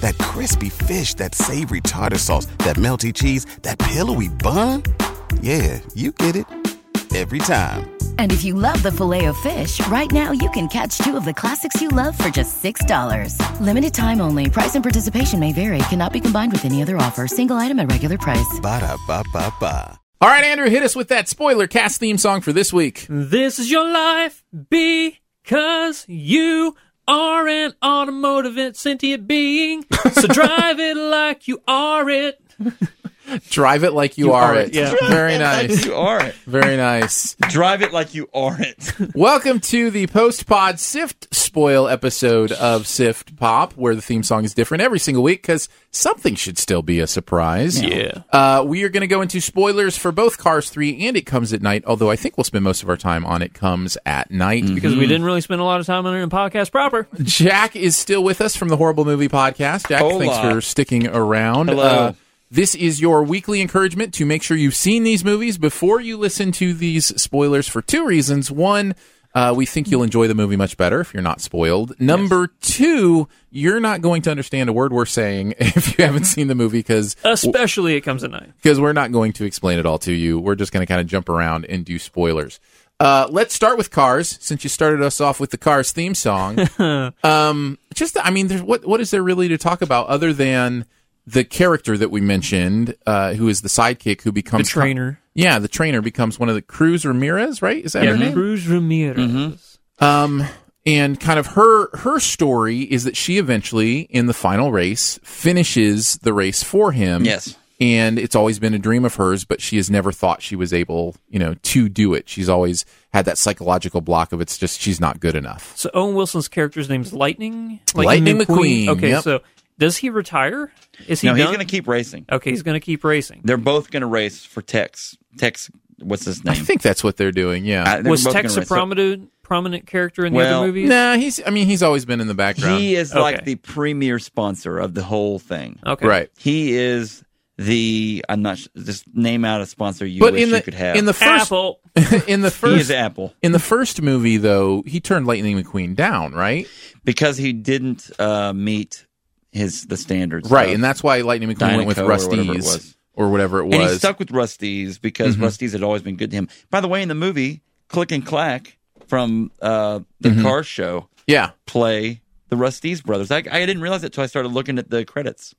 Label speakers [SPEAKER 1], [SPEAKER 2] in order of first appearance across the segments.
[SPEAKER 1] That crispy fish, that savory tartar sauce, that melty cheese, that pillowy bun. Yeah, you get it. Every time.
[SPEAKER 2] And if you love the filet of fish, right now you can catch two of the classics you love for just $6. Limited time only. Price and participation may vary. Cannot be combined with any other offer. Single item at regular price.
[SPEAKER 1] Ba-da-ba-ba-ba.
[SPEAKER 3] All right, Andrew, hit us with that spoiler cast theme song for this week.
[SPEAKER 4] This is your life because you are an automotive and sentient being. So drive it like you are it.
[SPEAKER 3] Drive it like you, are, it.
[SPEAKER 4] yeah.
[SPEAKER 3] Very nice.
[SPEAKER 5] You are it.
[SPEAKER 3] Very nice.
[SPEAKER 5] Drive it like you are it.
[SPEAKER 3] Welcome to the post pod Sift spoil episode of Sift Pop, where the theme song is different every single week because something should still be a surprise.
[SPEAKER 5] Yeah.
[SPEAKER 3] Uh, we are going to go into spoilers for both Cars 3 and It Comes at Night, although I think we'll spend most of our time on It Comes at Night.
[SPEAKER 4] Because
[SPEAKER 5] Mm.
[SPEAKER 4] we didn't really spend a lot of time on it in podcast proper.
[SPEAKER 3] Jack is still with us from the Horrible Movie Podcast. Jack,
[SPEAKER 5] Hola.
[SPEAKER 3] thanks for sticking around. Uh,
[SPEAKER 5] Hello.
[SPEAKER 3] this is your weekly encouragement to make sure you've seen these movies before you listen to these spoilers for two reasons. One, uh, we think you'll enjoy the movie much better if you're not spoiled. Number two, you're not going to understand a word we're saying if you haven't seen the movie because
[SPEAKER 4] Especially it comes at night.
[SPEAKER 3] because we're not going to explain it all to you. We're just going to kind of jump around and do spoilers. Uh, let's start with Cars, since you started us off with the Cars theme song. um, just, I mean, there's, what what is there really to talk about other than the character that we mentioned, uh, who is the sidekick who becomes
[SPEAKER 4] The trainer.
[SPEAKER 3] yeah, the trainer becomes one of the Cruz Ramirez, right? Is that her name?
[SPEAKER 4] Cruz Ramirez.
[SPEAKER 5] Mm-hmm.
[SPEAKER 3] Um, and kind of her her story is that she eventually, in the final race, finishes the race for him.
[SPEAKER 5] Yes.
[SPEAKER 3] And it's always been a dream of hers, but she has never thought she was able, you know, to do it. She's always had that psychological block of it's just she's not good enough.
[SPEAKER 4] So Owen Wilson's character's name's Lightning.
[SPEAKER 3] Lightning McQueen,
[SPEAKER 4] Okay,
[SPEAKER 3] yep.
[SPEAKER 4] so does he retire? Is he
[SPEAKER 5] no, he's
[SPEAKER 4] done?
[SPEAKER 5] going to keep racing.
[SPEAKER 4] Okay, he's going to keep racing.
[SPEAKER 5] They're both going to race for Tex. Tex, what's his name?
[SPEAKER 3] I think that's what they're doing.
[SPEAKER 5] Uh,
[SPEAKER 3] Yeah.
[SPEAKER 5] they're
[SPEAKER 4] Was
[SPEAKER 5] both
[SPEAKER 4] Tex
[SPEAKER 5] gonna
[SPEAKER 4] a
[SPEAKER 5] race. So
[SPEAKER 4] prominent prominent character in the
[SPEAKER 5] Well,
[SPEAKER 4] other movies?
[SPEAKER 3] nah, he's. I mean, he's always been in the background.
[SPEAKER 5] He uh, is
[SPEAKER 4] Okay.
[SPEAKER 5] like the premier sponsor of the whole thing.
[SPEAKER 4] Okay.
[SPEAKER 3] right.
[SPEAKER 5] He is the I'm not sh- just name out a sponsor you
[SPEAKER 3] But
[SPEAKER 5] wish
[SPEAKER 3] in
[SPEAKER 5] you
[SPEAKER 3] the
[SPEAKER 5] could have.
[SPEAKER 3] in the first
[SPEAKER 4] Apple.
[SPEAKER 3] in the
[SPEAKER 5] he is
[SPEAKER 3] first
[SPEAKER 5] Apple
[SPEAKER 3] in the first movie though he turned Lightning McQueen down, right?
[SPEAKER 5] because he didn't uh, meet his the standards.
[SPEAKER 3] Right,
[SPEAKER 5] of-
[SPEAKER 3] and that's why Lightning McQueen went with
[SPEAKER 5] Dynaco or whatever it
[SPEAKER 3] Rusty's
[SPEAKER 5] was.
[SPEAKER 3] or whatever it was. Mm-hmm.
[SPEAKER 5] and he stuck with Rusty's because Rusty's had always been good to him. By the way, in the movie, Click and Clack from uh, the
[SPEAKER 3] Mm-hmm.
[SPEAKER 5] car show
[SPEAKER 3] yeah,
[SPEAKER 5] play the Rusty's brothers. I, I didn't realize it until I started looking at the credits.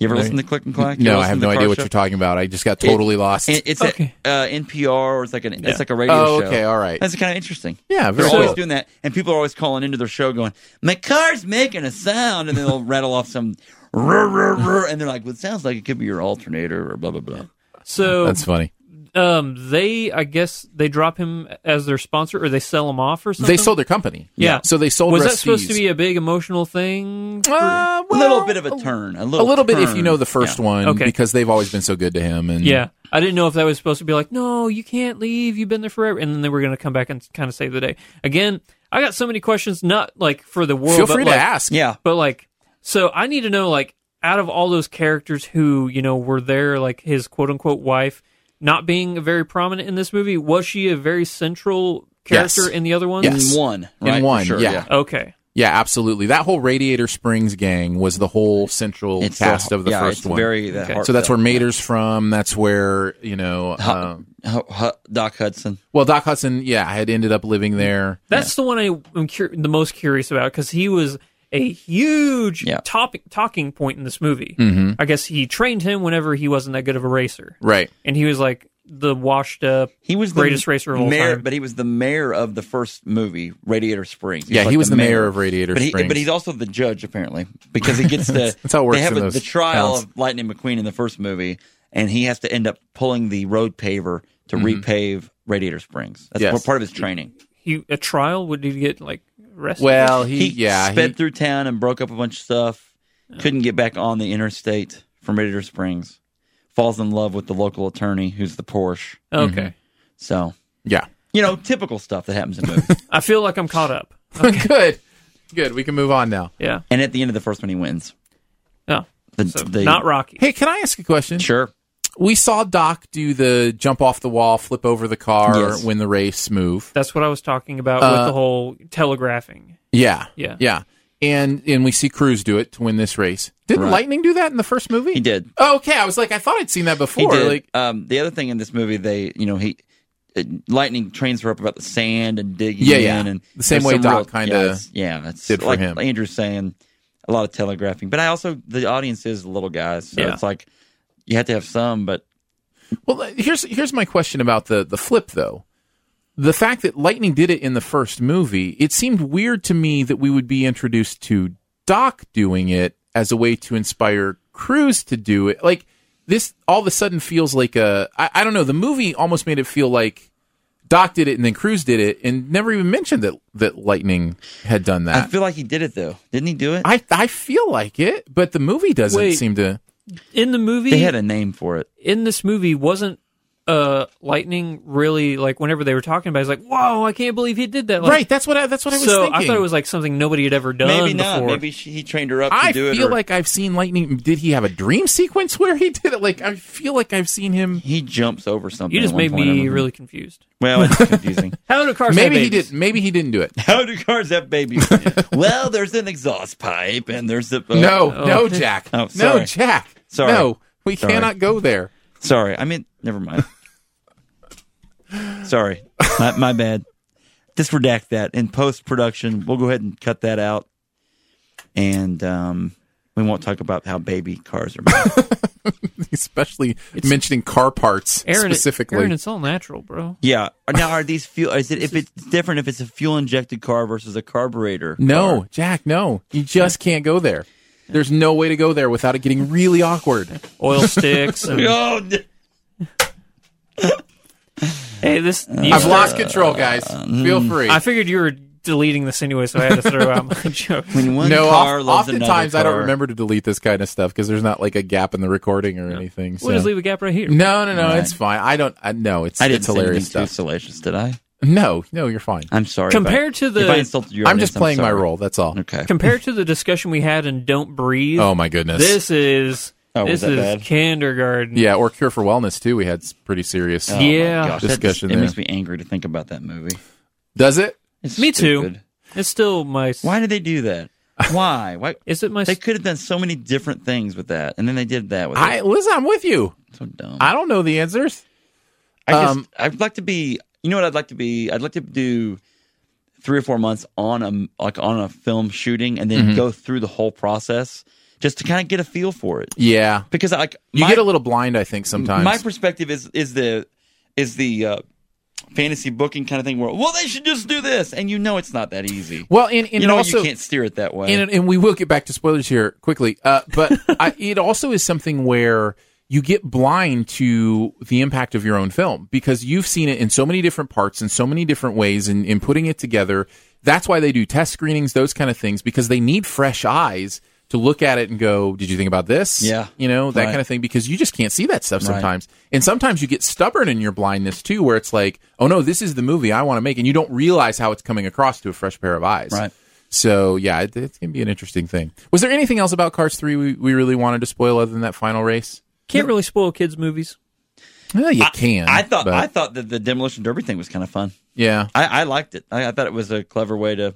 [SPEAKER 5] You ever listen to Click and Clack? You
[SPEAKER 3] no,
[SPEAKER 5] ever
[SPEAKER 3] I have
[SPEAKER 5] listen to
[SPEAKER 3] no
[SPEAKER 5] the
[SPEAKER 3] idea
[SPEAKER 5] car
[SPEAKER 3] what
[SPEAKER 5] show?
[SPEAKER 3] you're talking about. I just got totally lost.
[SPEAKER 5] And it's
[SPEAKER 4] Okay.
[SPEAKER 5] a, uh, NPR or it's like an it's like a radio
[SPEAKER 3] oh,
[SPEAKER 5] show.
[SPEAKER 3] okay, all right.
[SPEAKER 5] That's kind of interesting.
[SPEAKER 3] yeah,
[SPEAKER 5] They're
[SPEAKER 3] very
[SPEAKER 5] always
[SPEAKER 3] cool.
[SPEAKER 5] doing that, and people are always calling into their show going, "My car's making a sound," and then they'll rattle off some, "Rrr, rrr, rrr," and they're like, "Well, it sounds like it could be your alternator or blah blah blah."
[SPEAKER 4] So
[SPEAKER 3] That's funny.
[SPEAKER 4] um, they, I guess, they drop him as their sponsor, or they sell him off, or something.
[SPEAKER 3] They sold their company.
[SPEAKER 4] Yeah.
[SPEAKER 3] so they sold.
[SPEAKER 4] Was that
[SPEAKER 3] Rusty's.
[SPEAKER 4] supposed to be a big emotional thing?
[SPEAKER 3] Uh,
[SPEAKER 5] a little
[SPEAKER 3] well,
[SPEAKER 5] bit of a turn,
[SPEAKER 3] a
[SPEAKER 5] a little,
[SPEAKER 3] little bit if
[SPEAKER 5] turn.
[SPEAKER 3] you know the first
[SPEAKER 5] Yeah.
[SPEAKER 3] one
[SPEAKER 4] Okay.
[SPEAKER 3] because they've always been so good to him and
[SPEAKER 4] Yeah, I didn't know if that was supposed to be like, no, you can't leave. You've been there forever, and then they were going to come back and kind of save the day again. I got so many questions, not like for the world.
[SPEAKER 3] Feel
[SPEAKER 4] but
[SPEAKER 3] free
[SPEAKER 4] like-
[SPEAKER 3] to ask.
[SPEAKER 5] Yeah,
[SPEAKER 4] but like, so I need to know, like, out of all those characters who you know were there, like his quote unquote wife not being very prominent in this movie, was she a very central
[SPEAKER 3] Yes.
[SPEAKER 4] character in the other ones?
[SPEAKER 3] Yes.
[SPEAKER 5] in one,
[SPEAKER 3] In
[SPEAKER 5] right? For
[SPEAKER 3] one,
[SPEAKER 5] sure,
[SPEAKER 3] yeah.
[SPEAKER 4] Okay.
[SPEAKER 3] yeah, absolutely. That whole Radiator Springs gang was the whole central
[SPEAKER 5] It's
[SPEAKER 3] cast
[SPEAKER 5] the,
[SPEAKER 3] of the
[SPEAKER 5] yeah,
[SPEAKER 3] first
[SPEAKER 5] it's
[SPEAKER 3] one.
[SPEAKER 5] Very that
[SPEAKER 3] so that's where
[SPEAKER 5] heartfelt.
[SPEAKER 3] Mater's from. That's where you know.
[SPEAKER 5] Huh.
[SPEAKER 3] um
[SPEAKER 5] Hu- Hu- Doc Hudson.
[SPEAKER 3] well, Doc Hudson, yeah, had ended up living there.
[SPEAKER 4] That's the one I am cur- the most curious about because he was a huge
[SPEAKER 5] Yeah. Mm-hmm.
[SPEAKER 4] topic talking point in this movie. I guess he trained him whenever he wasn't that good of a racer,
[SPEAKER 3] Right.
[SPEAKER 4] and he was like the washed up.
[SPEAKER 5] He was the
[SPEAKER 4] greatest racer of all
[SPEAKER 5] mayor,
[SPEAKER 4] time.
[SPEAKER 5] but he was the mayor of the first movie, Radiator Springs.
[SPEAKER 3] Yeah,
[SPEAKER 5] like
[SPEAKER 3] he was the mayor of Radiator
[SPEAKER 5] but he,
[SPEAKER 3] Springs.
[SPEAKER 5] But he's also the judge apparently because he gets to.
[SPEAKER 3] that's how it works
[SPEAKER 5] They have
[SPEAKER 3] in
[SPEAKER 5] a-
[SPEAKER 3] those
[SPEAKER 5] the trial
[SPEAKER 3] towns.
[SPEAKER 5] of Lightning McQueen in the first movie, and he has to end up pulling the road paver to repave Radiator Springs. That's
[SPEAKER 3] Mm-hmm. Yes.
[SPEAKER 5] part of his training.
[SPEAKER 4] He a trial would he get like arrested?
[SPEAKER 3] Well, he,
[SPEAKER 5] He
[SPEAKER 3] yeah,
[SPEAKER 5] sped
[SPEAKER 3] he,
[SPEAKER 5] through town and broke up a bunch of stuff. Couldn't get back on the interstate from Radiator Springs. falls in love with the local attorney who's the Porsche.
[SPEAKER 4] Okay.
[SPEAKER 5] mm-hmm. So,
[SPEAKER 3] Mhm. Yeah.
[SPEAKER 5] you know, typical stuff that happens in movies.
[SPEAKER 4] I feel like I'm caught up.
[SPEAKER 3] Good. Good. We can move on now.
[SPEAKER 4] Yeah.
[SPEAKER 5] and at the end of the first one, he wins.
[SPEAKER 4] No.
[SPEAKER 5] The,
[SPEAKER 4] So
[SPEAKER 5] the-
[SPEAKER 4] not Rocky.
[SPEAKER 3] Hey, can I ask a question?
[SPEAKER 5] Sure.
[SPEAKER 3] We saw Doc do the jump off the wall, flip over the car,
[SPEAKER 5] Yes.
[SPEAKER 3] win the race move.
[SPEAKER 4] That's what I was talking about
[SPEAKER 5] Uh,
[SPEAKER 4] with the whole telegraphing.
[SPEAKER 3] Yeah.
[SPEAKER 4] Yeah.
[SPEAKER 3] Yeah. And and we see Cruz do it to win this race. Didn't
[SPEAKER 5] Right.
[SPEAKER 3] Lightning do that in the first movie?
[SPEAKER 5] He did.
[SPEAKER 3] Okay, I was like, I thought I'd seen that
[SPEAKER 5] He
[SPEAKER 3] before.
[SPEAKER 5] did.
[SPEAKER 3] Like,
[SPEAKER 5] um, the other thing in this movie, they, you know, he. uh, Lightning trains her up about the sand and digging
[SPEAKER 3] Yeah, yeah.
[SPEAKER 5] in, and
[SPEAKER 3] The same
[SPEAKER 5] there's
[SPEAKER 3] way
[SPEAKER 5] some
[SPEAKER 3] Doc
[SPEAKER 5] real-
[SPEAKER 3] kinda
[SPEAKER 5] yeah, it's- yeah, that's
[SPEAKER 3] did for
[SPEAKER 5] like
[SPEAKER 3] him.
[SPEAKER 5] Andrew's saying, a lot of telegraphing. But I also the audience is little guys, so
[SPEAKER 4] Yeah.
[SPEAKER 5] it's like you have to have some. But
[SPEAKER 3] well, uh, here's here's my question about the the flip though. The fact that Lightning did it in the first movie, it seemed weird to me that we would be introduced to Doc doing it as a way to inspire Cruz to do it. Like this, all of a sudden feels like a I, I don't know. The movie almost made it feel like Doc did it and then Cruz did it, and never even mentioned that that Lightning had done
[SPEAKER 5] I
[SPEAKER 3] that.
[SPEAKER 5] feel like he did it though, didn't he? Do it?
[SPEAKER 3] I I feel like it, but the movie doesn't
[SPEAKER 4] Wait.
[SPEAKER 3] seem to.
[SPEAKER 4] In the movie,
[SPEAKER 5] they had a name for it.
[SPEAKER 4] in this movie, wasn't uh, Lightning really like whenever they were talking about? It, he's like, "Whoa, I can't believe he did that!" Like,
[SPEAKER 3] right. That's what I, that's what I was
[SPEAKER 4] so
[SPEAKER 3] thinking.
[SPEAKER 4] I thought it was like something nobody had ever done.
[SPEAKER 5] Maybe not.
[SPEAKER 4] Before.
[SPEAKER 5] Maybe she, he trained her up to
[SPEAKER 3] I
[SPEAKER 5] do it.
[SPEAKER 3] feel
[SPEAKER 5] or-
[SPEAKER 3] like I've seen lightning. Did he have a dream sequence where he did it? Like I feel like I've seen him.
[SPEAKER 5] he jumps over something.
[SPEAKER 4] you just
[SPEAKER 5] at one
[SPEAKER 4] made
[SPEAKER 5] point, I
[SPEAKER 4] me
[SPEAKER 5] remember.
[SPEAKER 4] really confused.
[SPEAKER 5] well. It's confusing.
[SPEAKER 4] How do cars?
[SPEAKER 3] Maybe
[SPEAKER 4] have
[SPEAKER 3] he
[SPEAKER 4] babies?
[SPEAKER 3] did. Maybe he didn't do it.
[SPEAKER 5] How do cars have babies? well, there's an exhaust pipe, and there's a uh,
[SPEAKER 3] No,
[SPEAKER 4] Oh.
[SPEAKER 3] no, Jack.
[SPEAKER 5] Oh,
[SPEAKER 3] no,
[SPEAKER 5] sorry.
[SPEAKER 3] Jack.
[SPEAKER 5] Sorry.
[SPEAKER 3] No, we
[SPEAKER 5] Sorry.
[SPEAKER 3] cannot go there.
[SPEAKER 5] Sorry, I mean, never mind. Sorry, my, my bad. Just redact that in post production. We'll go ahead and cut that out, and um, we won't talk about how baby cars are. Made.
[SPEAKER 3] Especially mentioning car parts
[SPEAKER 4] Aaron,
[SPEAKER 3] specifically.
[SPEAKER 4] Aaron, it's all natural, bro.
[SPEAKER 5] yeah. Now, are these fuel? Is it if it's different if it's a fuel injected car versus a carburetor?
[SPEAKER 3] no,
[SPEAKER 5] car?
[SPEAKER 3] Jack. No, you just can't go there. There's no way to go there without it getting really awkward.
[SPEAKER 4] Oil sticks. And,
[SPEAKER 5] Oh, d-
[SPEAKER 4] Hey, this. you
[SPEAKER 3] I've
[SPEAKER 4] start-
[SPEAKER 3] lost control, guys.
[SPEAKER 5] uh,
[SPEAKER 3] Feel
[SPEAKER 5] mm,
[SPEAKER 3] free.
[SPEAKER 4] I figured you were deleting this anyway, so I had to throw out my joke.
[SPEAKER 5] when one
[SPEAKER 3] no,
[SPEAKER 5] car
[SPEAKER 3] oft-
[SPEAKER 5] loves another
[SPEAKER 3] oftentimes I don't
[SPEAKER 5] car-
[SPEAKER 3] remember to delete this kind of stuff because there's not like a gap in the recording or anything. So.
[SPEAKER 4] We'll just leave a gap right here.
[SPEAKER 3] No, no, no.
[SPEAKER 5] Right.
[SPEAKER 3] It's fine. I don't. I, no, it's
[SPEAKER 5] I didn't
[SPEAKER 3] it's
[SPEAKER 5] say
[SPEAKER 3] hilarious
[SPEAKER 5] anything too
[SPEAKER 3] stuff.
[SPEAKER 5] salacious, did I?
[SPEAKER 3] No, no, you're fine.
[SPEAKER 5] I'm sorry. if I-
[SPEAKER 4] Compared to the-
[SPEAKER 5] if I insulted your
[SPEAKER 3] I'm
[SPEAKER 5] audience,
[SPEAKER 3] just playing my
[SPEAKER 5] sorry.
[SPEAKER 3] role. That's all.
[SPEAKER 5] Okay.
[SPEAKER 4] Compared to the discussion we had in "Don't Breathe,"
[SPEAKER 3] Oh my goodness.
[SPEAKER 4] this is
[SPEAKER 5] Oh, was
[SPEAKER 4] this
[SPEAKER 5] that
[SPEAKER 4] is
[SPEAKER 5] bad?
[SPEAKER 4] kindergarten.
[SPEAKER 3] yeah, or Cure for Wellness too. We had s- pretty serious.
[SPEAKER 5] Oh my
[SPEAKER 4] Yeah.
[SPEAKER 5] gosh, that
[SPEAKER 3] Discussion
[SPEAKER 5] Just, it
[SPEAKER 3] there.
[SPEAKER 5] makes me angry to think about that movie.
[SPEAKER 3] Does it?
[SPEAKER 5] It's
[SPEAKER 4] Me too.
[SPEAKER 5] stupid.
[SPEAKER 4] It's still my.
[SPEAKER 5] Why did they do that? Why? Why?
[SPEAKER 4] Is it my?
[SPEAKER 5] They could have done so many different things with that, and then they did that with
[SPEAKER 3] I
[SPEAKER 5] it.
[SPEAKER 3] listen. I'm with you.
[SPEAKER 5] So dumb.
[SPEAKER 3] I don't know the answers.
[SPEAKER 5] I just,
[SPEAKER 3] um,
[SPEAKER 5] I'd like to be. You know what I'd like to be? I'd like to do three or four months on a like on a film shooting, and then go through the whole process just to kind of get a feel for it.
[SPEAKER 3] Yeah,
[SPEAKER 5] Because like
[SPEAKER 3] you
[SPEAKER 5] my-
[SPEAKER 3] get a little blind. I think sometimes.
[SPEAKER 5] My perspective is is the is the uh, fantasy booking kind of thing where well they should just do this, and you know it's not that easy.
[SPEAKER 3] well, and, and
[SPEAKER 5] you know
[SPEAKER 3] it also
[SPEAKER 5] you can't steer it that way.
[SPEAKER 3] and, and we will get back to spoilers here quickly. Uh, but I, it also is something where you get blind to the impact of your own film because you've seen it in so many different parts in so many different ways and in putting it together. That's why they do test screenings, those kind of things, because they need fresh eyes to look at it and go, "Did you think about this?"
[SPEAKER 5] Yeah.
[SPEAKER 3] you know that
[SPEAKER 5] Right.
[SPEAKER 3] kind of thing, because you just can't see that stuff sometimes. And sometimes you get stubborn in your blindness too, where it's like, "Oh no, this is the movie I want to make," and you don't realize how it's coming across to a fresh pair of eyes.
[SPEAKER 5] Right.
[SPEAKER 3] So yeah, it, it's gonna be an interesting thing. Was there anything else about Cars Three we, we really wanted to spoil other than that final race?
[SPEAKER 4] can't really spoil kids' movies.
[SPEAKER 3] Well, you can.
[SPEAKER 5] I thought
[SPEAKER 3] but-
[SPEAKER 5] I thought that the demolition derby thing was kind of fun.
[SPEAKER 3] yeah.
[SPEAKER 5] I, I liked it. I, I thought it was a clever way to.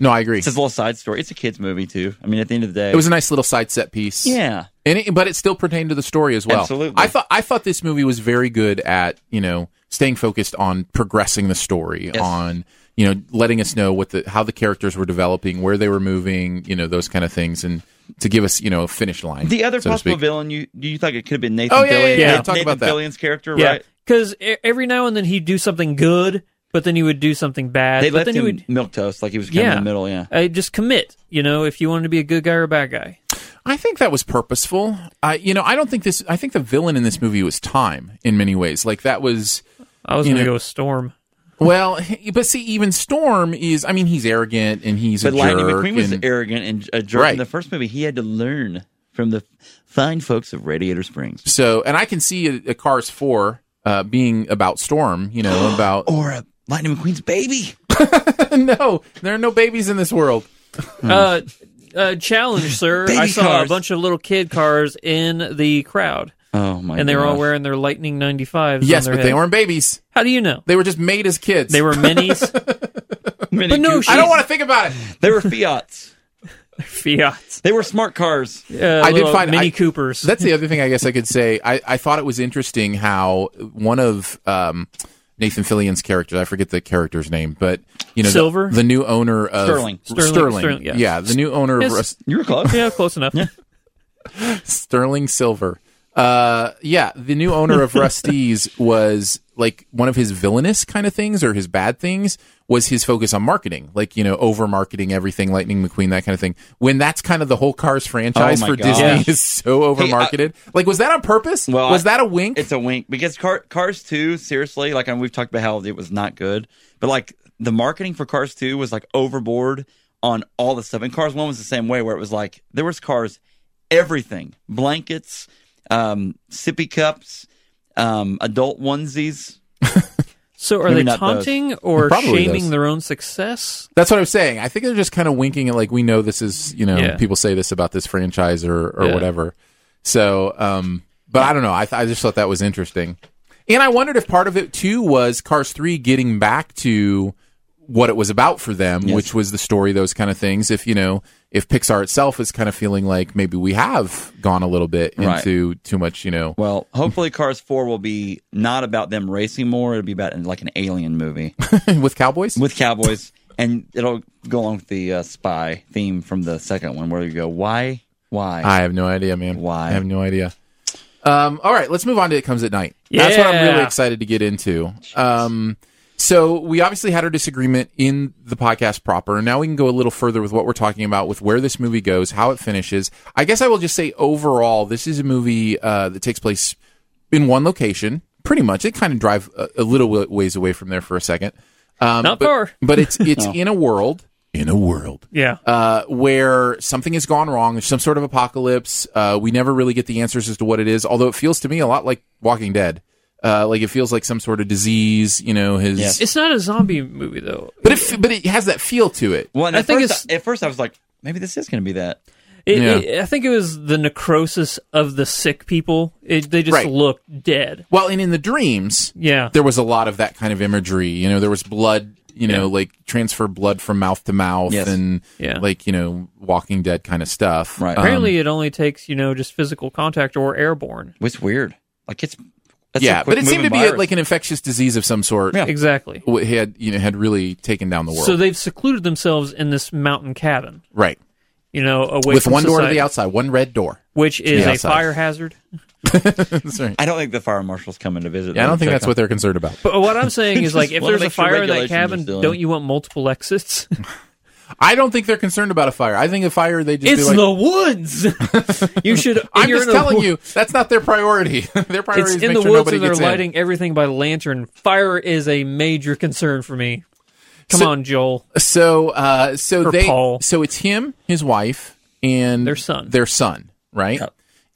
[SPEAKER 3] No, I agree.
[SPEAKER 5] It's a little side story. It's a kids movie too. I mean, at the end of the day,
[SPEAKER 3] It was a nice little side set piece.
[SPEAKER 5] yeah.
[SPEAKER 3] And it, but it still pertained to the story as well.
[SPEAKER 5] Absolutely.
[SPEAKER 3] I thought I thought this movie was very good at you know staying focused on progressing the story,
[SPEAKER 5] Yes.
[SPEAKER 3] on you know letting us know what the how the characters were developing, where they were moving, you know those kind of things, and to give us you know a finish line.
[SPEAKER 5] The other
[SPEAKER 3] so to
[SPEAKER 5] possible
[SPEAKER 3] speak.
[SPEAKER 5] villain you you thought it could have been Nathan
[SPEAKER 3] Oh, yeah,
[SPEAKER 5] Fillion?
[SPEAKER 3] yeah, yeah.
[SPEAKER 5] Nathan,
[SPEAKER 3] Talk about that.
[SPEAKER 5] Fillion's character,
[SPEAKER 4] Yeah,
[SPEAKER 5] right?
[SPEAKER 4] because e, every now and then he'd do something good, but then he would do something bad.
[SPEAKER 5] They
[SPEAKER 4] but
[SPEAKER 5] left
[SPEAKER 4] then
[SPEAKER 5] him
[SPEAKER 4] he would,
[SPEAKER 5] milk toast, like he was kind
[SPEAKER 4] yeah,
[SPEAKER 5] of in the middle. Yeah,
[SPEAKER 4] Uh, just commit. You know, if you wanted to be a good guy or a bad guy.
[SPEAKER 3] I think that was purposeful. I, you know, I don't think this. I think the villain in this movie was time in many ways. Like that was
[SPEAKER 4] I was
[SPEAKER 3] You
[SPEAKER 4] going to
[SPEAKER 3] know-
[SPEAKER 4] go with Storm.
[SPEAKER 3] well, but see, even Storm is. I mean, he's arrogant and he's
[SPEAKER 5] but
[SPEAKER 3] a
[SPEAKER 5] Lightning
[SPEAKER 3] jerk.
[SPEAKER 5] McQueen was
[SPEAKER 3] and-
[SPEAKER 5] arrogant and a jerk
[SPEAKER 3] Right.
[SPEAKER 5] in the first movie. He had to learn from the fine folks of Radiator Springs.
[SPEAKER 3] So, and I can see a, a Cars Four uh, being about Storm. You know, about
[SPEAKER 5] Or a Lightning McQueen's baby.
[SPEAKER 3] no, there are no babies in this world.
[SPEAKER 4] Uh, uh, challenge, sir.
[SPEAKER 5] Hmm. Baby
[SPEAKER 4] I saw
[SPEAKER 5] cars.
[SPEAKER 4] a bunch of little kid cars in the crowd,
[SPEAKER 5] Oh my!
[SPEAKER 4] and they were all
[SPEAKER 5] gosh.
[SPEAKER 4] wearing their Lightning 95s. on
[SPEAKER 3] Yes,
[SPEAKER 4] their
[SPEAKER 3] but they
[SPEAKER 4] head.
[SPEAKER 3] weren't babies.
[SPEAKER 4] How do you know?
[SPEAKER 3] They were just made as kids.
[SPEAKER 4] They were minis,
[SPEAKER 5] Mini
[SPEAKER 4] But no
[SPEAKER 5] Coopers.
[SPEAKER 4] shit.
[SPEAKER 3] I don't want to think about it.
[SPEAKER 5] They were Fiats.
[SPEAKER 4] Fiats.
[SPEAKER 5] They were smart cars.
[SPEAKER 4] Uh,
[SPEAKER 3] I did
[SPEAKER 4] little
[SPEAKER 3] find-
[SPEAKER 4] Mini
[SPEAKER 3] I-
[SPEAKER 4] Coopers.
[SPEAKER 3] That's the other thing I guess I could say. I, I thought it was interesting how one of um, Nathan Fillion's characters, I forget the character's name, but you know, the-
[SPEAKER 4] Silver?
[SPEAKER 3] the, new owner of
[SPEAKER 5] Sterling.
[SPEAKER 4] Sterling, Sterling, yeah.
[SPEAKER 3] the new owner of
[SPEAKER 4] Yes.
[SPEAKER 5] You were close.
[SPEAKER 4] yeah, close enough.
[SPEAKER 3] Sterling Silver. Uh, yeah, the new owner of Rusty's was like one of his villainous kind of things or his bad things was his focus on marketing, like you know, over marketing everything, Lightning McQueen, that kind of thing. When that's kind of the whole Cars franchise
[SPEAKER 5] Oh my
[SPEAKER 3] for
[SPEAKER 5] gosh.
[SPEAKER 3] Disney
[SPEAKER 5] Yeah. uh,
[SPEAKER 3] is so over marketed. like, was that on purpose?
[SPEAKER 5] Well,
[SPEAKER 3] was
[SPEAKER 5] I-
[SPEAKER 3] that a wink?
[SPEAKER 5] It's a wink because Car- Cars 2, seriously, like I mean, we've talked about how it was not good, but like the marketing for Cars 2 was like overboard on all the stuff. And Cars 1 was the same way, where it was like there was cars, everything blankets, um, sippy cups, um, adult onesies.
[SPEAKER 4] So are
[SPEAKER 5] Maybe
[SPEAKER 4] they
[SPEAKER 5] not those.
[SPEAKER 4] taunting or
[SPEAKER 3] Probably
[SPEAKER 4] shaming
[SPEAKER 3] those.
[SPEAKER 4] their own success?
[SPEAKER 3] That's what I'm saying. I think they're just kind of winking at like we know this is you know
[SPEAKER 4] Yeah.
[SPEAKER 3] people say this about this franchise or or
[SPEAKER 4] Yeah.
[SPEAKER 3] whatever. So, um, but I don't know. I th- I just thought that was interesting, and I wondered if part of it too was Cars Three getting back to what it was about for them, which was the story, those kind of things. If you know, if Pixar itself is kind of feeling like maybe we have gone a little bit
[SPEAKER 5] Right.
[SPEAKER 3] into too much, you know.
[SPEAKER 5] Well, hopefully, Cars 4 will be not about them racing more. It'll be about like an alien movie
[SPEAKER 3] with cowboys.
[SPEAKER 5] with cowboys, and it'll go along with the uh, spy theme from the second one, where you go, why? Why?
[SPEAKER 3] I have no idea, man. I
[SPEAKER 5] Why?
[SPEAKER 3] have no idea. Um, all right, let's move on to It Comes at Night. That's what I'm
[SPEAKER 4] Yeah.
[SPEAKER 3] really excited to get into. Um, so we obviously had our disagreement in the podcast proper. Now we can go a little further with what we're talking about, with where this movie goes, how it finishes. I guess I will just say overall, this is a movie uh, that takes place in one location, pretty much. It kind of drive a, a little wa- ways away from there for a second. Um,
[SPEAKER 4] Not
[SPEAKER 3] but,
[SPEAKER 4] far.
[SPEAKER 3] but it's it's in a world. In a world
[SPEAKER 4] Yeah.
[SPEAKER 3] uh, where something has gone wrong. There's some sort of apocalypse. Uh, we never really get the answers as to what it is, although it feels to me a lot like Walking Dead. Uh, like it feels like some sort of disease, you know, his.
[SPEAKER 5] Yes.
[SPEAKER 4] It's not a zombie movie though.
[SPEAKER 3] But it, f- but it has that feel to it.
[SPEAKER 5] Well, and
[SPEAKER 4] I
[SPEAKER 5] at
[SPEAKER 4] think
[SPEAKER 5] first,
[SPEAKER 4] it's-
[SPEAKER 5] at first I was like, maybe this is going to be that.
[SPEAKER 4] It,
[SPEAKER 3] Yeah.
[SPEAKER 4] it- I think it was the necrosis of the sick people. It, they just
[SPEAKER 3] Right.
[SPEAKER 4] looked dead.
[SPEAKER 3] Well, and in the dreams,
[SPEAKER 4] Yeah.
[SPEAKER 3] there was a lot of that kind of imagery. You know, there was blood. You know, like transfer blood from mouth to mouth,
[SPEAKER 5] Yes.
[SPEAKER 3] and
[SPEAKER 4] Yeah.
[SPEAKER 3] like you know, Walking Dead kind of stuff. Um,
[SPEAKER 5] Right.
[SPEAKER 4] Apparently, it only takes you know just physical contact or airborne.
[SPEAKER 5] It's weird. Like it's that's
[SPEAKER 3] yeah,
[SPEAKER 5] a quick
[SPEAKER 3] but it seemed to
[SPEAKER 5] moving
[SPEAKER 3] be
[SPEAKER 5] virus.
[SPEAKER 3] like an infectious disease of some sort.
[SPEAKER 5] Yeah.
[SPEAKER 4] Exactly.
[SPEAKER 3] w- had you know had really taken down the world.
[SPEAKER 4] So they've secluded themselves in this mountain cabin.
[SPEAKER 3] right.
[SPEAKER 4] You know, away
[SPEAKER 3] with
[SPEAKER 4] from
[SPEAKER 3] one door to
[SPEAKER 4] society,
[SPEAKER 3] the outside, one red door.
[SPEAKER 4] which is
[SPEAKER 3] the
[SPEAKER 4] a
[SPEAKER 3] outside.
[SPEAKER 4] fire hazard.
[SPEAKER 3] That's right.
[SPEAKER 5] I don't think the fire marshal's coming to visit.
[SPEAKER 3] Yeah, I
[SPEAKER 5] them
[SPEAKER 3] don't
[SPEAKER 5] to
[SPEAKER 3] think
[SPEAKER 5] check
[SPEAKER 3] that's
[SPEAKER 5] on-
[SPEAKER 3] what they're concerned about.
[SPEAKER 4] But what I'm saying is, like, if
[SPEAKER 5] wanna
[SPEAKER 4] there's a
[SPEAKER 5] make sure
[SPEAKER 4] fire in that
[SPEAKER 5] regulations are
[SPEAKER 4] cabin,
[SPEAKER 5] still in.
[SPEAKER 4] don't you want multiple exits?
[SPEAKER 3] I don't think they're concerned about a fire. I think a fire they just
[SPEAKER 4] it's
[SPEAKER 3] be like,
[SPEAKER 4] the woods. you should.
[SPEAKER 3] I'm
[SPEAKER 4] you're
[SPEAKER 3] just
[SPEAKER 4] in the
[SPEAKER 3] telling
[SPEAKER 4] wo-
[SPEAKER 3] you that's not their priority. their priority
[SPEAKER 4] It's
[SPEAKER 3] is
[SPEAKER 4] in
[SPEAKER 3] make
[SPEAKER 4] the
[SPEAKER 3] sure
[SPEAKER 4] woods,
[SPEAKER 3] nobody
[SPEAKER 4] and they're
[SPEAKER 3] gets
[SPEAKER 4] lighting
[SPEAKER 3] in.
[SPEAKER 4] everything by lantern. Fire is a major concern for me. Come
[SPEAKER 3] So-
[SPEAKER 4] on, Joel.
[SPEAKER 3] So uh, so
[SPEAKER 4] Or
[SPEAKER 3] they
[SPEAKER 4] Paul.
[SPEAKER 3] so it's him, his wife, and
[SPEAKER 4] Their son.
[SPEAKER 3] Their son, right?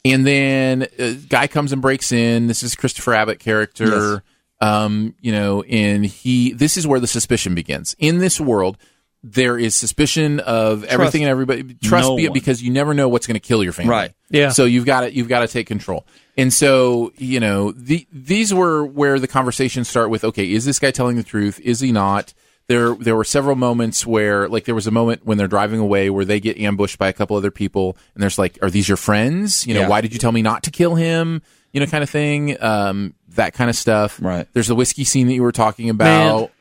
[SPEAKER 3] And then a guy comes and breaks in. This is Christopher Abbott character. Um, you know, and he this is where the suspicion begins. In this world, there is suspicion of everything and everybody. Trust
[SPEAKER 5] No
[SPEAKER 3] be-
[SPEAKER 5] one.
[SPEAKER 3] because you never know what's going to kill your family.
[SPEAKER 5] Right.
[SPEAKER 4] Yeah.
[SPEAKER 3] So you've got to you've got to take control. And so, you know, the, these were where the conversations start with okay, is this guy telling the truth? Is he not? There there were several moments where like there was a moment when they're driving away where they get ambushed by a couple other people and there's like are these your friends? You know,
[SPEAKER 5] Yeah.
[SPEAKER 3] why did you tell me not to kill him? You know, kind of thing. Um that kind of stuff.
[SPEAKER 5] Right.
[SPEAKER 3] There's the whiskey scene that you were talking about.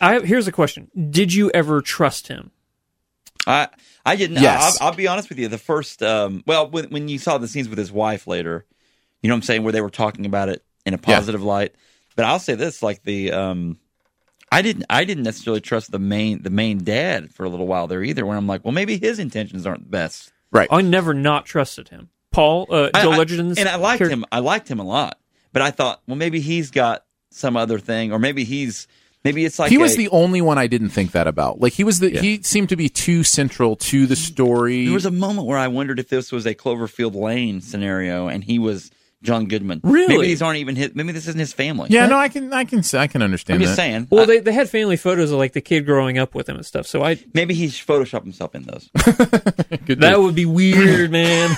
[SPEAKER 4] I here's a question: Did you ever trust him?
[SPEAKER 5] I I didn't.
[SPEAKER 3] Yes.
[SPEAKER 5] I, will I'll be honest with you. The first, um, well, when, when you saw the scenes with his wife later, you know what I'm saying, where they were talking about it in a
[SPEAKER 3] Yeah.
[SPEAKER 5] positive light. But I'll say this: like the, um, I didn't I didn't necessarily trust the main the main dad for a little while there either. When I'm like, well, maybe his intentions aren't the best.
[SPEAKER 3] Right.
[SPEAKER 4] I never not trusted him. Paul, uh,
[SPEAKER 5] I-
[SPEAKER 4] Joel
[SPEAKER 5] I-
[SPEAKER 4] Edgerton's
[SPEAKER 5] and I liked
[SPEAKER 4] character-
[SPEAKER 5] him. I liked him a lot, but I thought, well, maybe he's got some other thing, or maybe he's Maybe it's like
[SPEAKER 3] he was
[SPEAKER 5] a-
[SPEAKER 3] the only one I didn't think that about. Like he was the he seemed to be too central to the story.
[SPEAKER 5] There was a moment where I wondered if this was a Cloverfield Lane scenario, and he was John Goodman.
[SPEAKER 4] Really?
[SPEAKER 5] Maybe these aren't even his. Maybe this isn't his family.
[SPEAKER 3] yeah, no, I can I can I can understand
[SPEAKER 5] I'm just
[SPEAKER 3] that.
[SPEAKER 5] saying.
[SPEAKER 4] Well,
[SPEAKER 5] I-
[SPEAKER 4] they, they had family photos of like the kid growing up with him and stuff. So I
[SPEAKER 5] maybe he photoshopped himself in those.
[SPEAKER 3] Good
[SPEAKER 4] that
[SPEAKER 3] dude.
[SPEAKER 4] would be weird, man.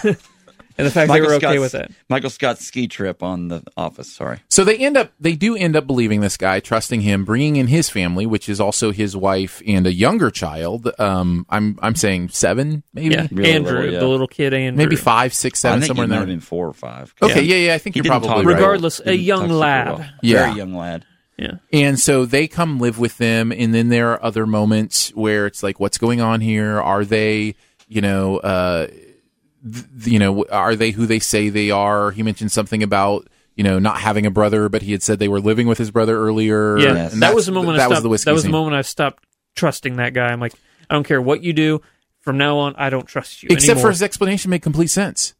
[SPEAKER 4] and the fact they were okay
[SPEAKER 5] Scott's-
[SPEAKER 4] with that.
[SPEAKER 5] Michael Scott's ski trip on the Office. Sorry.
[SPEAKER 3] So they end up, they do end up believing this guy, trusting him, bringing in his family, which is also his wife and a younger child. Um, I'm I'm saying seven, maybe,
[SPEAKER 4] Yeah,
[SPEAKER 5] Really
[SPEAKER 4] Andrew,
[SPEAKER 5] little, yeah.
[SPEAKER 4] the little kid Andrew.
[SPEAKER 3] maybe five, six,
[SPEAKER 5] I
[SPEAKER 3] seven,
[SPEAKER 5] think
[SPEAKER 3] somewhere
[SPEAKER 5] he
[SPEAKER 3] in
[SPEAKER 5] might
[SPEAKER 3] there.
[SPEAKER 5] have been four or five.
[SPEAKER 3] Okay, yeah, yeah, I think
[SPEAKER 5] He
[SPEAKER 3] you're
[SPEAKER 5] didn't
[SPEAKER 3] probably
[SPEAKER 5] talk
[SPEAKER 3] right.
[SPEAKER 5] very well.
[SPEAKER 4] Regardless, a
[SPEAKER 5] He didn't
[SPEAKER 4] young
[SPEAKER 5] talk super
[SPEAKER 4] lad.
[SPEAKER 5] well.
[SPEAKER 3] Yeah.
[SPEAKER 5] very young lad.
[SPEAKER 4] Yeah.
[SPEAKER 3] And so they come live with them, and then there are other moments where it's like, what's going on here? Are they, you know, uh, th- you know, are they who they say they are? He mentioned something about. You know, not having a brother, but he had said they were living with his brother earlier.
[SPEAKER 4] Yeah,
[SPEAKER 5] Yes.
[SPEAKER 3] and
[SPEAKER 4] that
[SPEAKER 3] that's-
[SPEAKER 4] was the moment.
[SPEAKER 3] That
[SPEAKER 4] I
[SPEAKER 3] was
[SPEAKER 4] stopped,
[SPEAKER 3] the whiskey
[SPEAKER 4] That was
[SPEAKER 3] scene.
[SPEAKER 4] the moment I stopped trusting that guy. I'm like, I don't care what you do. From now on, I don't trust you.
[SPEAKER 3] except for
[SPEAKER 4] anymore.
[SPEAKER 3] his explanation made complete sense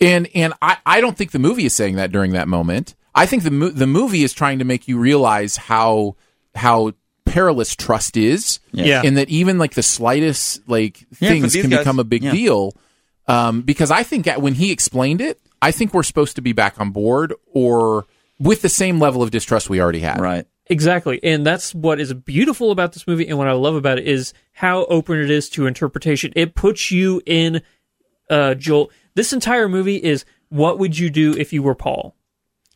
[SPEAKER 3] and and i i don't think the movie is saying that during that moment i think the mo- the movie is trying to make you realize how how perilous trust is
[SPEAKER 4] Yeah.
[SPEAKER 3] and that even like the slightest like
[SPEAKER 5] Yeah, for
[SPEAKER 3] things
[SPEAKER 5] these
[SPEAKER 3] can
[SPEAKER 5] guys,
[SPEAKER 3] become a big
[SPEAKER 5] yeah.
[SPEAKER 3] deal um because i think that when he explained it i think we're supposed to be back on board or with the same level of distrust we already had
[SPEAKER 5] Right.
[SPEAKER 4] Exactly. And that's what is beautiful about this movie and what I love about it is how open it is to interpretation. It puts you in uh Joel. This entire movie is what would you do if you were Paul?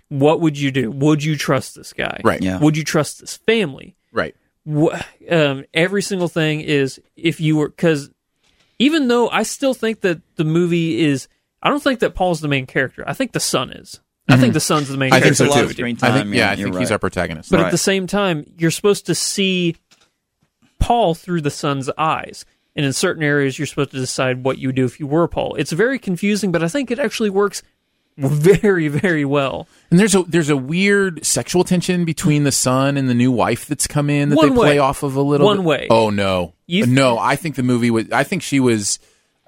[SPEAKER 4] What would you do? Would you trust this guy?
[SPEAKER 3] Right.
[SPEAKER 5] Yeah.
[SPEAKER 4] Would you trust this family?
[SPEAKER 3] right
[SPEAKER 4] wh- um, every single thing is if you were because even though I still think that the movie is, I don't think that Paul's the main character. I think the son is. I think the son's the main
[SPEAKER 3] Mm-hmm. i think
[SPEAKER 4] character.
[SPEAKER 3] so
[SPEAKER 5] a lot of
[SPEAKER 3] too
[SPEAKER 5] screen
[SPEAKER 3] i
[SPEAKER 5] time,
[SPEAKER 3] think yeah,
[SPEAKER 5] yeah,
[SPEAKER 3] i
[SPEAKER 5] you're
[SPEAKER 3] think he's
[SPEAKER 5] right.
[SPEAKER 3] our protagonist
[SPEAKER 4] But
[SPEAKER 5] Right.
[SPEAKER 4] at the same time, you're supposed to see Paul through the son's eyes. And in certain areas, you're supposed to decide what you do if you were Paul. It's very confusing, but I think it actually works very, very well.
[SPEAKER 3] And there's a there's a weird sexual tension between the son and the new wife that's come in that
[SPEAKER 4] One
[SPEAKER 3] they play
[SPEAKER 4] way.
[SPEAKER 3] off of a little.
[SPEAKER 4] One
[SPEAKER 3] bit.
[SPEAKER 4] way.
[SPEAKER 3] Oh no,
[SPEAKER 4] You-
[SPEAKER 3] no! I think the movie was. I think she was.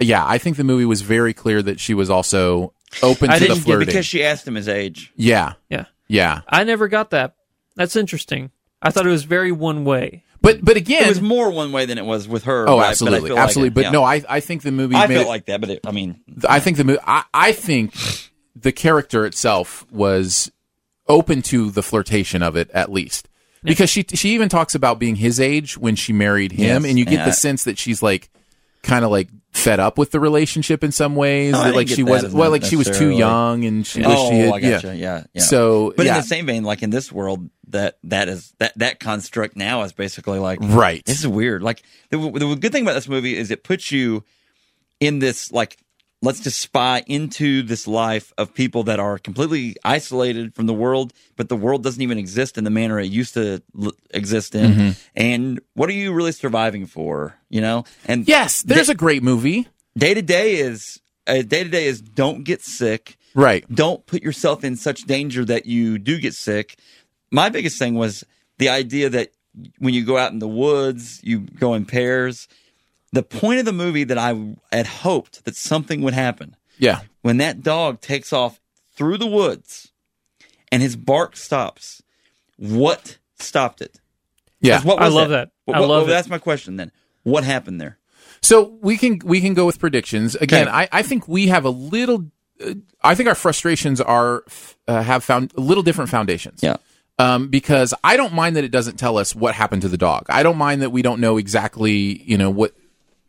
[SPEAKER 3] Yeah, I think the movie was very clear that she was also open
[SPEAKER 4] I
[SPEAKER 3] to the
[SPEAKER 4] didn't get-
[SPEAKER 3] flirting.
[SPEAKER 5] Because she asked him his age.
[SPEAKER 3] yeah,
[SPEAKER 4] Yeah.
[SPEAKER 3] yeah.
[SPEAKER 4] I never got that. That's interesting. I thought it was very one way.
[SPEAKER 3] But but
[SPEAKER 5] It
[SPEAKER 3] again,
[SPEAKER 5] was more one way than it was with her.
[SPEAKER 3] oh
[SPEAKER 5] right? But I
[SPEAKER 3] absolutely,
[SPEAKER 5] feel like
[SPEAKER 3] absolutely.
[SPEAKER 5] it-
[SPEAKER 3] but
[SPEAKER 5] yeah.
[SPEAKER 3] no, I I think the movie.
[SPEAKER 5] I
[SPEAKER 3] made
[SPEAKER 5] felt
[SPEAKER 3] it-
[SPEAKER 5] like that, but it, I mean,
[SPEAKER 3] I think the movie. I, I think the character itself was open to the flirtation of it at least because she she even talks about being his age when she married him,
[SPEAKER 5] Yes,
[SPEAKER 3] and you get the
[SPEAKER 5] yeah.
[SPEAKER 3] sense that she's like kind of like fed up with the relationship in some ways.
[SPEAKER 5] No, I
[SPEAKER 3] that,
[SPEAKER 5] didn't
[SPEAKER 3] like
[SPEAKER 5] get
[SPEAKER 3] she
[SPEAKER 5] that
[SPEAKER 3] wasn't
[SPEAKER 5] as
[SPEAKER 3] well,
[SPEAKER 5] much
[SPEAKER 3] like she was too
[SPEAKER 5] necessarily.
[SPEAKER 3] young and she wished
[SPEAKER 5] oh,
[SPEAKER 3] she had,
[SPEAKER 5] I
[SPEAKER 3] yeah.
[SPEAKER 5] gotcha. Yeah. yeah,
[SPEAKER 3] So
[SPEAKER 5] but
[SPEAKER 3] yeah,
[SPEAKER 5] in the same vein, like in this world, that that is that that construct now is basically like
[SPEAKER 3] right.
[SPEAKER 5] This is weird. Like the, the good thing about this movie is it puts you in this like let's just spy into this life of people that are completely isolated from the world, but the world doesn't even exist in the manner it used to l- exist in.
[SPEAKER 3] Mm-hmm.
[SPEAKER 5] And what are you really surviving for? You know? And
[SPEAKER 3] Yes, there's a great movie.
[SPEAKER 5] day to day is day to day is don't get sick
[SPEAKER 3] Right.
[SPEAKER 5] don't put yourself in such danger that you do get sick. My biggest thing was the idea that when you go out in the woods, you go in pairs. The point of the movie that I had hoped that something would happen
[SPEAKER 3] Yeah.
[SPEAKER 5] when that dog takes off through the woods and his bark stops. What stopped it?
[SPEAKER 3] Yeah.
[SPEAKER 5] 'Cause What
[SPEAKER 4] I
[SPEAKER 5] was
[SPEAKER 4] love that.
[SPEAKER 5] What-
[SPEAKER 4] I
[SPEAKER 5] what-
[SPEAKER 4] love
[SPEAKER 5] well,
[SPEAKER 4] it.
[SPEAKER 5] That's my question then. What happened there?
[SPEAKER 3] So we can we can go with predictions again.
[SPEAKER 5] Okay.
[SPEAKER 3] I, I think we have a little. Uh, I think our frustrations are uh, have found a little different foundations.
[SPEAKER 5] Yeah.
[SPEAKER 3] Um, because I don't mind that it doesn't tell us what happened to the dog. I don't mind that we don't know exactly you know what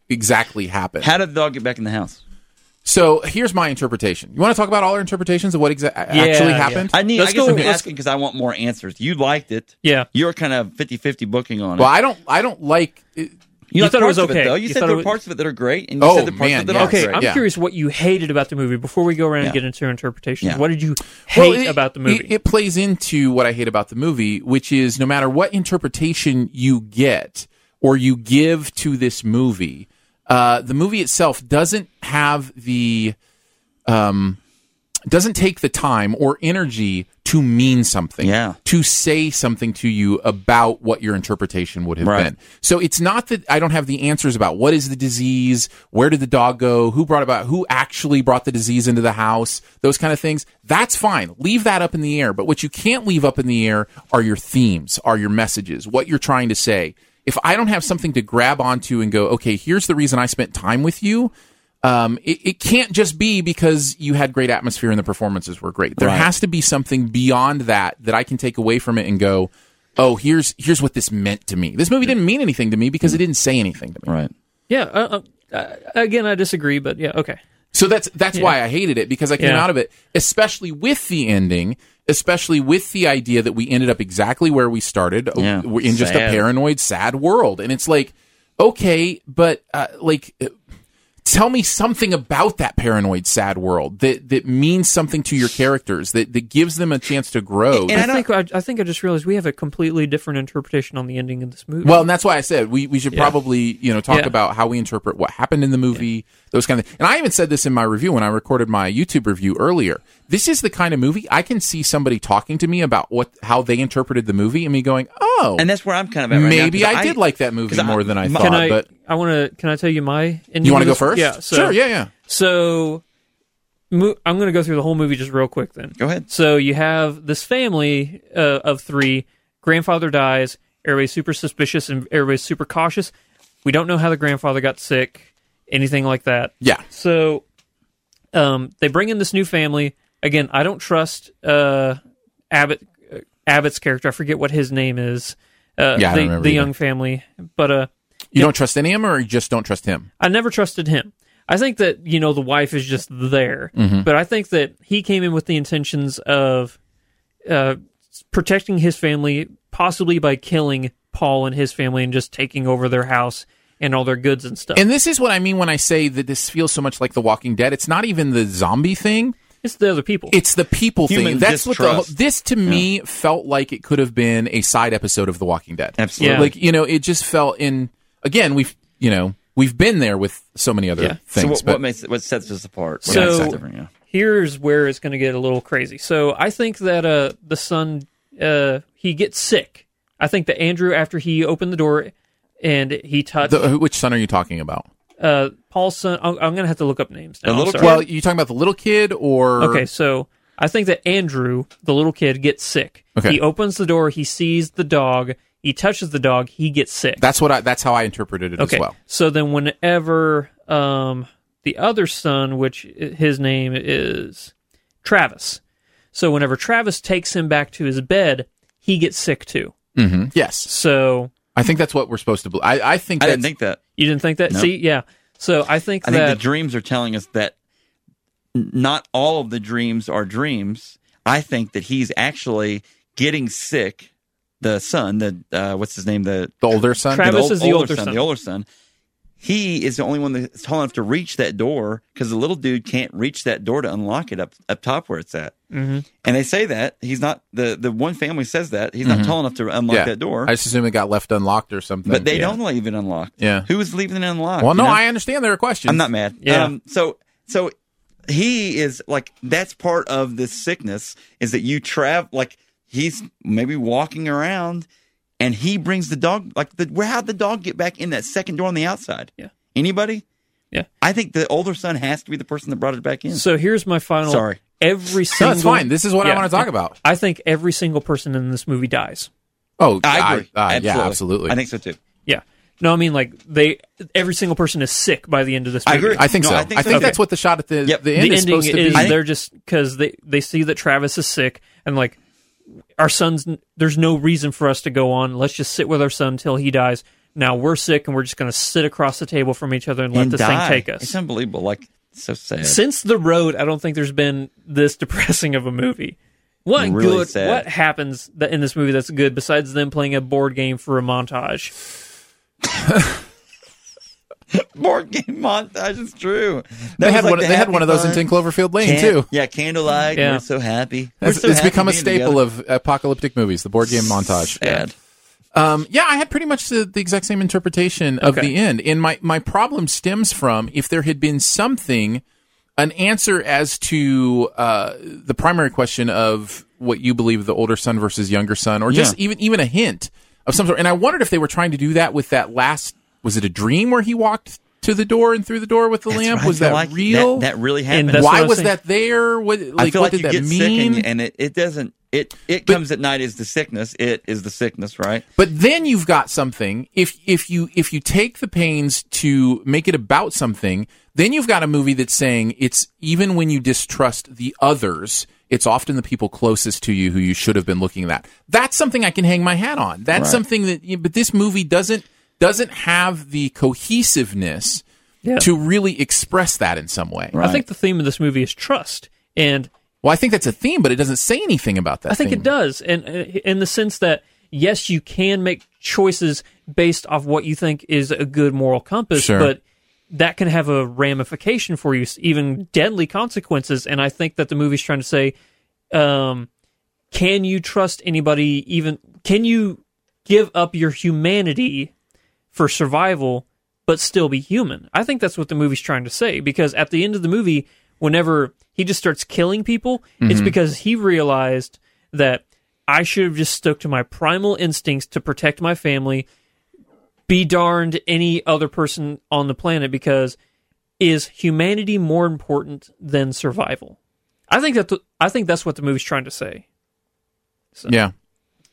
[SPEAKER 3] exactly happened.
[SPEAKER 5] How did the dog get back in the house?
[SPEAKER 3] so here's my interpretation. You want to talk about all our interpretations of what exa- actually
[SPEAKER 4] yeah.
[SPEAKER 3] happened?
[SPEAKER 5] I need.
[SPEAKER 4] Let's
[SPEAKER 5] I guess
[SPEAKER 4] go-
[SPEAKER 5] I'm
[SPEAKER 4] let's-
[SPEAKER 5] asking because I want more answers. You liked it.
[SPEAKER 4] Yeah.
[SPEAKER 5] You're kind of 50-50 booking on it.
[SPEAKER 3] well, I don't. I don't like.
[SPEAKER 4] You
[SPEAKER 5] like
[SPEAKER 4] thought it was
[SPEAKER 5] parts of
[SPEAKER 4] okay.
[SPEAKER 5] though. You,
[SPEAKER 4] You
[SPEAKER 5] said
[SPEAKER 4] thought
[SPEAKER 5] there
[SPEAKER 4] it
[SPEAKER 5] were
[SPEAKER 4] was-
[SPEAKER 5] parts of it that are great, and you
[SPEAKER 3] Oh,
[SPEAKER 5] said the parts
[SPEAKER 3] man,
[SPEAKER 5] of it that
[SPEAKER 3] yeah.
[SPEAKER 5] aren't
[SPEAKER 4] Okay,
[SPEAKER 5] great.
[SPEAKER 4] I'm
[SPEAKER 3] Yeah.
[SPEAKER 4] curious what you hated about the movie before we go around and
[SPEAKER 5] Yeah.
[SPEAKER 4] get into interpretations.
[SPEAKER 5] Yeah.
[SPEAKER 4] What did you hate
[SPEAKER 3] Well, it-
[SPEAKER 4] about the movie?
[SPEAKER 3] It, it plays into what I hate about the movie, which is no matter what interpretation you get or you give to this movie, uh, the movie itself doesn't have the um, doesn't take the time or energy to mean something,
[SPEAKER 5] Yeah.
[SPEAKER 3] to say something to you about what your interpretation would have
[SPEAKER 5] Right.
[SPEAKER 3] been. So it's not that I don't have the answers about what is the disease, where did the dog go, who brought about, who actually brought the disease into the house, those kind of things. That's fine. Leave that up in the air. But what you can't leave up in the air are your themes, are your messages, what you're trying to say. If I don't have something to grab onto and go, okay, here's the reason I spent time with you. Um, it, it can't just be because you had great atmosphere and the performances were great. There
[SPEAKER 5] Right.
[SPEAKER 3] has to be something beyond that that I can take away from it and go, oh, here's here's what this meant to me. This movie didn't mean anything to me because it didn't say anything to me.
[SPEAKER 5] Mm-hmm. Right.
[SPEAKER 4] Yeah. Uh, uh, uh, again, I disagree, but yeah. Okay.
[SPEAKER 3] So that's that's why I hated it because I came
[SPEAKER 4] Yeah.
[SPEAKER 3] out of it, especially with the ending, especially with the idea that we ended up exactly where we started uh,
[SPEAKER 5] Yeah.
[SPEAKER 3] we're in just a
[SPEAKER 5] Sad.
[SPEAKER 3] paranoid, sad world, and it's like, okay, but uh, like. uh, Tell me something about that paranoid, sad world that, that means something to your characters that, that gives them a chance to grow.
[SPEAKER 5] And I
[SPEAKER 4] I
[SPEAKER 5] don't-
[SPEAKER 4] think I, I think I just realized we have a completely different interpretation on the ending of this movie.
[SPEAKER 3] Well, and that's why I said we, we should
[SPEAKER 4] Yeah.
[SPEAKER 3] probably you know talk
[SPEAKER 4] Yeah.
[SPEAKER 3] about how we interpret what happened in the movie, those kind of. And I even said this in my review when I recorded my YouTube review earlier. This is the kind of movie I can see somebody talking to me about what how they interpreted the movie and me going, oh,
[SPEAKER 5] And that's where I'm kind of at right now,
[SPEAKER 3] maybe
[SPEAKER 5] 'cause
[SPEAKER 3] I, did like that movie
[SPEAKER 5] 'cause I-
[SPEAKER 3] more than I
[SPEAKER 5] my-
[SPEAKER 3] thought.
[SPEAKER 4] can I?
[SPEAKER 3] but
[SPEAKER 4] I want to. Can I tell you my? ending
[SPEAKER 3] you want
[SPEAKER 4] of
[SPEAKER 3] to go
[SPEAKER 4] this-
[SPEAKER 3] first?
[SPEAKER 4] Yeah. So,
[SPEAKER 3] sure. Yeah, yeah.
[SPEAKER 4] So, mo- I'm going to go through the whole movie just real quick then.
[SPEAKER 5] Go ahead.
[SPEAKER 4] So you have this family uh, of three. Grandfather dies. Everybody's super suspicious and everybody's super cautious. We don't know how the grandfather got sick, anything like that.
[SPEAKER 3] Yeah.
[SPEAKER 4] So um, they bring in this new family. Again, I don't trust uh, Abbott uh, Abbott's character. I forget what his name is. Uh,
[SPEAKER 3] Yeah, I don't
[SPEAKER 4] the,
[SPEAKER 3] remember
[SPEAKER 4] the
[SPEAKER 3] either.
[SPEAKER 4] young family, but uh,
[SPEAKER 3] You don't trust any of them, or you just don't trust him.
[SPEAKER 4] I never trusted him. I think that you know the wife is just there, but I think that he came in with the intentions of uh, protecting his family, possibly by killing Paul and his family and just taking over their house and all their goods and stuff.
[SPEAKER 3] And this is what I mean when I say that this feels so much like The Walking Dead. It's not even the zombie thing.
[SPEAKER 4] it's the other people.
[SPEAKER 3] It's the people thing.
[SPEAKER 5] Human
[SPEAKER 3] That's what the,
[SPEAKER 5] distrust.
[SPEAKER 3] whole- this to me felt like it could have been a side episode of The Walking Dead.
[SPEAKER 5] Absolutely.
[SPEAKER 4] Yeah.
[SPEAKER 3] Like you know, it just felt in. Again, we've you know we've been there with so many other
[SPEAKER 4] Yeah.
[SPEAKER 3] things.
[SPEAKER 5] so what,
[SPEAKER 3] but
[SPEAKER 5] what makes what sets us apart? What
[SPEAKER 4] So-
[SPEAKER 5] makes us different? Yeah.
[SPEAKER 4] here's where it's going to get a little crazy. So I think that uh, the son uh, he gets sick. I think that Andrew, after he opened the door and he touched
[SPEAKER 3] the, which son are you talking about?
[SPEAKER 4] uh, Paul's son, I'm, I'm going to have to look up names. Now.
[SPEAKER 5] The
[SPEAKER 4] I'm
[SPEAKER 5] little
[SPEAKER 4] sorry.
[SPEAKER 5] Sure.
[SPEAKER 3] Well, you talking about the little kid or
[SPEAKER 4] Okay, so I think that Andrew, the little kid, gets sick.
[SPEAKER 3] Okay.
[SPEAKER 4] He opens the door, he sees the dog, he touches the dog, he gets sick.
[SPEAKER 3] That's what I. That's how I interpreted it
[SPEAKER 4] okay.
[SPEAKER 3] as well.
[SPEAKER 4] So then whenever um the other son, which i- his name is Travis. So whenever Travis takes him back to his bed, he gets sick too.
[SPEAKER 3] hmm Yes,
[SPEAKER 4] So
[SPEAKER 3] I think that's what we're supposed to. Believe. I, I think
[SPEAKER 5] I
[SPEAKER 3] that's
[SPEAKER 5] didn't think that.
[SPEAKER 4] you didn't think that?
[SPEAKER 5] No.
[SPEAKER 4] See, yeah. So I think
[SPEAKER 5] I think
[SPEAKER 4] that
[SPEAKER 5] the dreams are telling us that n- not all of the dreams are dreams. I think that he's actually getting sick. The son, the uh, what's his name, the
[SPEAKER 3] the older son.
[SPEAKER 4] Travis-
[SPEAKER 5] ol-
[SPEAKER 4] is the older son.
[SPEAKER 5] The older son. He is the only one that's tall enough to reach that door because the little dude can't reach that door to unlock it up up top where it's at.
[SPEAKER 4] Mhm.
[SPEAKER 5] And they say that he's not the the one family says that he's not tall enough to unlock
[SPEAKER 3] Mm-hmm. yeah,
[SPEAKER 5] that door.
[SPEAKER 3] I just assume it got left unlocked or something.
[SPEAKER 5] but they
[SPEAKER 3] Yeah.
[SPEAKER 5] don't leave it unlocked.
[SPEAKER 3] Yeah.
[SPEAKER 5] who is leaving it unlocked?
[SPEAKER 3] Well,
[SPEAKER 5] you
[SPEAKER 3] no,
[SPEAKER 5] know?
[SPEAKER 3] I understand there are questions.
[SPEAKER 5] I'm not mad.
[SPEAKER 4] Yeah.
[SPEAKER 5] Um, so so he is like that's part of this sickness is that you travel like he's maybe walking around and he brings the dog like the where how'd the dog get back in that second door on the outside?
[SPEAKER 4] Yeah.
[SPEAKER 5] Anybody?
[SPEAKER 4] Yeah.
[SPEAKER 5] I think the older son has to be the person that brought it back in.
[SPEAKER 4] so here's my final
[SPEAKER 5] Sorry.
[SPEAKER 4] every
[SPEAKER 3] No,
[SPEAKER 4] single
[SPEAKER 3] that's fine. This is what I
[SPEAKER 4] Yeah.
[SPEAKER 3] want to talk about.
[SPEAKER 4] I think every single person in this movie dies.
[SPEAKER 3] Oh,
[SPEAKER 5] I agree.
[SPEAKER 3] I- uh,
[SPEAKER 5] absolutely.
[SPEAKER 3] yeah, absolutely.
[SPEAKER 5] I think so too.
[SPEAKER 4] Yeah. No, I mean like they every single person is sick by the end of this
[SPEAKER 5] I
[SPEAKER 4] movie.
[SPEAKER 5] agree.
[SPEAKER 3] I think
[SPEAKER 5] No,
[SPEAKER 3] so. I
[SPEAKER 5] I
[SPEAKER 3] think,
[SPEAKER 5] think so.
[SPEAKER 3] that's
[SPEAKER 5] Okay.
[SPEAKER 3] what the shot at the,
[SPEAKER 5] Yep.
[SPEAKER 3] the
[SPEAKER 4] The
[SPEAKER 3] end is
[SPEAKER 4] ending
[SPEAKER 3] supposed
[SPEAKER 4] is
[SPEAKER 3] to be.
[SPEAKER 4] they're just because they they see that Travis is sick and like our son's there's no reason for us to go on. Let's just sit with our son till he dies. Now we're sick and we're just going to sit across the table from each other and let
[SPEAKER 5] And
[SPEAKER 4] this thing
[SPEAKER 5] die.
[SPEAKER 4] take
[SPEAKER 5] It's
[SPEAKER 4] us.
[SPEAKER 5] unbelievable. Like so sad.
[SPEAKER 4] Since the road, I don't think there's been this depressing of a movie. What
[SPEAKER 5] Really
[SPEAKER 4] good?
[SPEAKER 5] sad.
[SPEAKER 4] What happens that in this movie that's good besides them playing a board game for a montage?
[SPEAKER 5] Board game montage is true. That
[SPEAKER 3] they
[SPEAKER 5] was
[SPEAKER 3] had
[SPEAKER 5] like
[SPEAKER 3] one.
[SPEAKER 5] the
[SPEAKER 3] They had
[SPEAKER 5] happy
[SPEAKER 3] one of those in
[SPEAKER 5] fun.
[SPEAKER 3] Ten Cloverfield Lane
[SPEAKER 5] Can-
[SPEAKER 3] too.
[SPEAKER 5] Yeah, candlelight.
[SPEAKER 4] Yeah.
[SPEAKER 5] We're so happy. We're
[SPEAKER 3] It's,
[SPEAKER 5] so
[SPEAKER 3] it's
[SPEAKER 5] happy
[SPEAKER 3] become a
[SPEAKER 5] being
[SPEAKER 3] staple
[SPEAKER 5] together.
[SPEAKER 3] of apocalyptic movies, the board game montage.
[SPEAKER 5] Sad.
[SPEAKER 3] Um, yeah, I had pretty much the, the exact same interpretation of
[SPEAKER 4] Okay.
[SPEAKER 3] the end, and my my problem stems from if there had been something an answer as to uh, the primary question of what you believe the older son versus younger son, or just
[SPEAKER 5] Yeah.
[SPEAKER 3] even even a hint of some sort. And I wondered if they were trying to do that with that last. Was it a dream where he walked to the door and through the door with the
[SPEAKER 5] That's
[SPEAKER 3] lamp?
[SPEAKER 5] what I
[SPEAKER 3] Was
[SPEAKER 5] feel
[SPEAKER 3] that
[SPEAKER 5] like.
[SPEAKER 3] real?
[SPEAKER 5] That, that really
[SPEAKER 4] And
[SPEAKER 5] happened.
[SPEAKER 4] that's what
[SPEAKER 3] Why
[SPEAKER 4] I was
[SPEAKER 3] was
[SPEAKER 4] saying.
[SPEAKER 3] that there? What like,
[SPEAKER 5] I feel
[SPEAKER 3] what
[SPEAKER 5] like
[SPEAKER 3] did
[SPEAKER 5] you
[SPEAKER 3] that
[SPEAKER 5] get
[SPEAKER 3] mean?
[SPEAKER 5] sick and, and it, it doesn't. It it comes at night is the sickness. It is the sickness, right?
[SPEAKER 3] But then you've got something. If if you if you take the pains to make it about something, then you've got a movie that's saying it's even when you distrust the others, it's often the people closest to you who you should have been looking at. That's something I can hang my hat on. That's something that you- but this movie doesn't doesn't have the cohesiveness
[SPEAKER 4] Yeah.
[SPEAKER 3] to really express that in some way.
[SPEAKER 4] I think the theme of this movie is trust, and
[SPEAKER 3] Well, I think that's a theme, but it doesn't say anything about that.
[SPEAKER 4] I think
[SPEAKER 3] theme.
[SPEAKER 4] it does, and uh, in the sense that yes, you can make choices based off what you think is a good moral compass,
[SPEAKER 3] Sure.
[SPEAKER 4] but that can have a ramification for you, even deadly consequences. And I think that the movie's trying to say, um, can you trust anybody? Even can you give up your humanity for survival, but still be human? I think that's what the movie's trying to say because at the end of the movie, whenever he just starts killing people, it's because he realized that I should have just stuck to my primal instincts to protect my family. Be darned any other person on the planet because is humanity more important than survival? I think that the, I think that's what the movie's trying to say.
[SPEAKER 3] Yeah.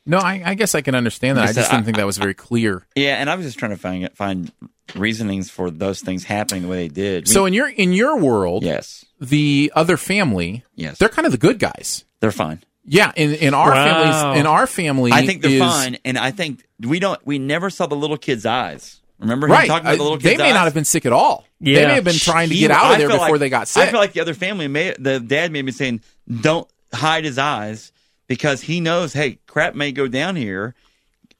[SPEAKER 3] No, I, I guess I can understand that. I
[SPEAKER 5] Like I said,
[SPEAKER 3] just didn't
[SPEAKER 5] I-
[SPEAKER 3] think that was very clear.
[SPEAKER 5] Yeah, and I was just trying to find find reasonings for those things happening the way they did. We-
[SPEAKER 3] So in your in your world,
[SPEAKER 5] yes,
[SPEAKER 3] the other family,
[SPEAKER 5] Yes.
[SPEAKER 3] they're kind of the good guys.
[SPEAKER 5] they're fine.
[SPEAKER 3] Yeah, in in our
[SPEAKER 4] Wow.
[SPEAKER 3] families, in our family,
[SPEAKER 5] I think they're
[SPEAKER 3] is-
[SPEAKER 5] fine, and I think we don't. We never saw the little kid's eyes. Remember him
[SPEAKER 3] Right,
[SPEAKER 5] talking about the
[SPEAKER 3] Uh,
[SPEAKER 5] little
[SPEAKER 3] they
[SPEAKER 5] kid's
[SPEAKER 3] may
[SPEAKER 5] eyes?
[SPEAKER 3] not have been sick at all. They
[SPEAKER 4] Yeah.
[SPEAKER 3] may have been trying to
[SPEAKER 5] He-
[SPEAKER 3] get out
[SPEAKER 5] I
[SPEAKER 3] of there
[SPEAKER 5] feel
[SPEAKER 3] before
[SPEAKER 5] like-
[SPEAKER 3] they got sick.
[SPEAKER 5] I feel like the other family, may, the dad may be saying, "Don't hide his eyes," because he knows, hey, crap may go down here.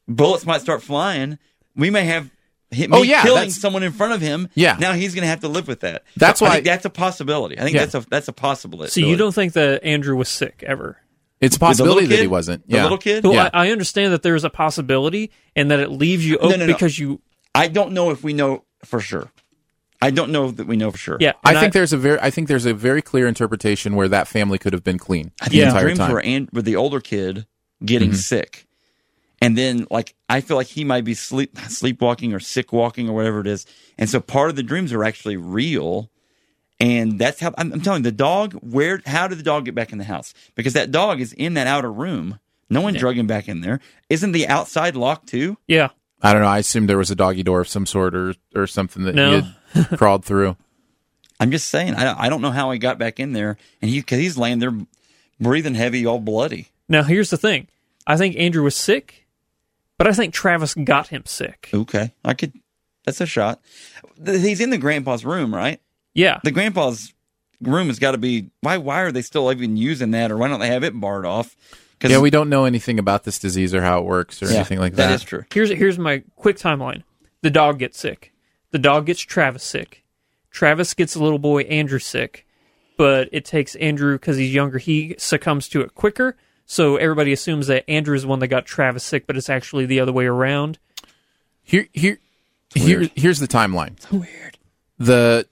[SPEAKER 5] Bullets might start flying. We may have him
[SPEAKER 3] Oh,
[SPEAKER 5] me
[SPEAKER 3] yeah,
[SPEAKER 5] killing
[SPEAKER 3] that's-
[SPEAKER 5] someone in front of him.
[SPEAKER 3] Yeah.
[SPEAKER 5] now he's going to have to live with that.
[SPEAKER 3] That's
[SPEAKER 5] So I
[SPEAKER 3] why-
[SPEAKER 5] think that's a possibility. I think
[SPEAKER 3] Yeah.
[SPEAKER 5] that's a that's a possibility.
[SPEAKER 4] So you don't think that Andrew was sick ever?
[SPEAKER 3] it's a
[SPEAKER 5] With the little
[SPEAKER 3] possibility that
[SPEAKER 5] kid?
[SPEAKER 3] he wasn't.
[SPEAKER 5] The
[SPEAKER 3] Yeah,
[SPEAKER 5] little kid?
[SPEAKER 4] Well,
[SPEAKER 3] Yeah.
[SPEAKER 4] I, I understand that there is a possibility and that it leaves you open
[SPEAKER 5] no, no.
[SPEAKER 4] because you.
[SPEAKER 5] I don't know if we know for sure. I don't know that we know for sure.
[SPEAKER 4] Yeah,
[SPEAKER 3] I
[SPEAKER 4] and
[SPEAKER 3] think there's a very I think there's a very clear interpretation where that family could have been clean
[SPEAKER 5] I
[SPEAKER 3] the
[SPEAKER 5] think the
[SPEAKER 3] entire
[SPEAKER 5] dreams
[SPEAKER 3] time. Mm-hmm.
[SPEAKER 5] were and with the older kid getting sick, and then like I feel like he might be sleep sleepwalking or sick walking or whatever it is, and so part of the dreams are actually real, and that's how I'm, I'm telling you, the dog. Where? How did the dog get back in the house? Because that dog is in that outer room. No one drug him back in there. Isn't the outside locked too?
[SPEAKER 4] Yeah.
[SPEAKER 3] I don't know. I assumed there was a doggy door of some sort or or something that
[SPEAKER 4] No.
[SPEAKER 3] he had crawled through.
[SPEAKER 5] I'm just saying. I, I don't know how he got back in there, and he because he's laying there breathing heavy, all bloody.
[SPEAKER 4] Now here's the thing. I think Andrew was sick, but I think Travis got him sick.
[SPEAKER 5] Okay, I could. That's a shot. Th- He's in the grandpa's room, right?
[SPEAKER 4] Yeah.
[SPEAKER 5] the grandpa's room has got to be why why are they still even using that or why don't they have it barred off because
[SPEAKER 3] Yeah, we don't know anything about this disease or how it works or anything like that.
[SPEAKER 5] that is true
[SPEAKER 4] Here's here's my quick timeline. The dog gets sick. The dog gets Travis sick. Travis gets the little boy Andrew sick, but it takes Andrew because he's younger. He succumbs to it quicker, so everybody assumes that Andrew is the one that got Travis sick, but it's actually the other way around.
[SPEAKER 3] Here, here, here, here's the timeline. It's weird. The,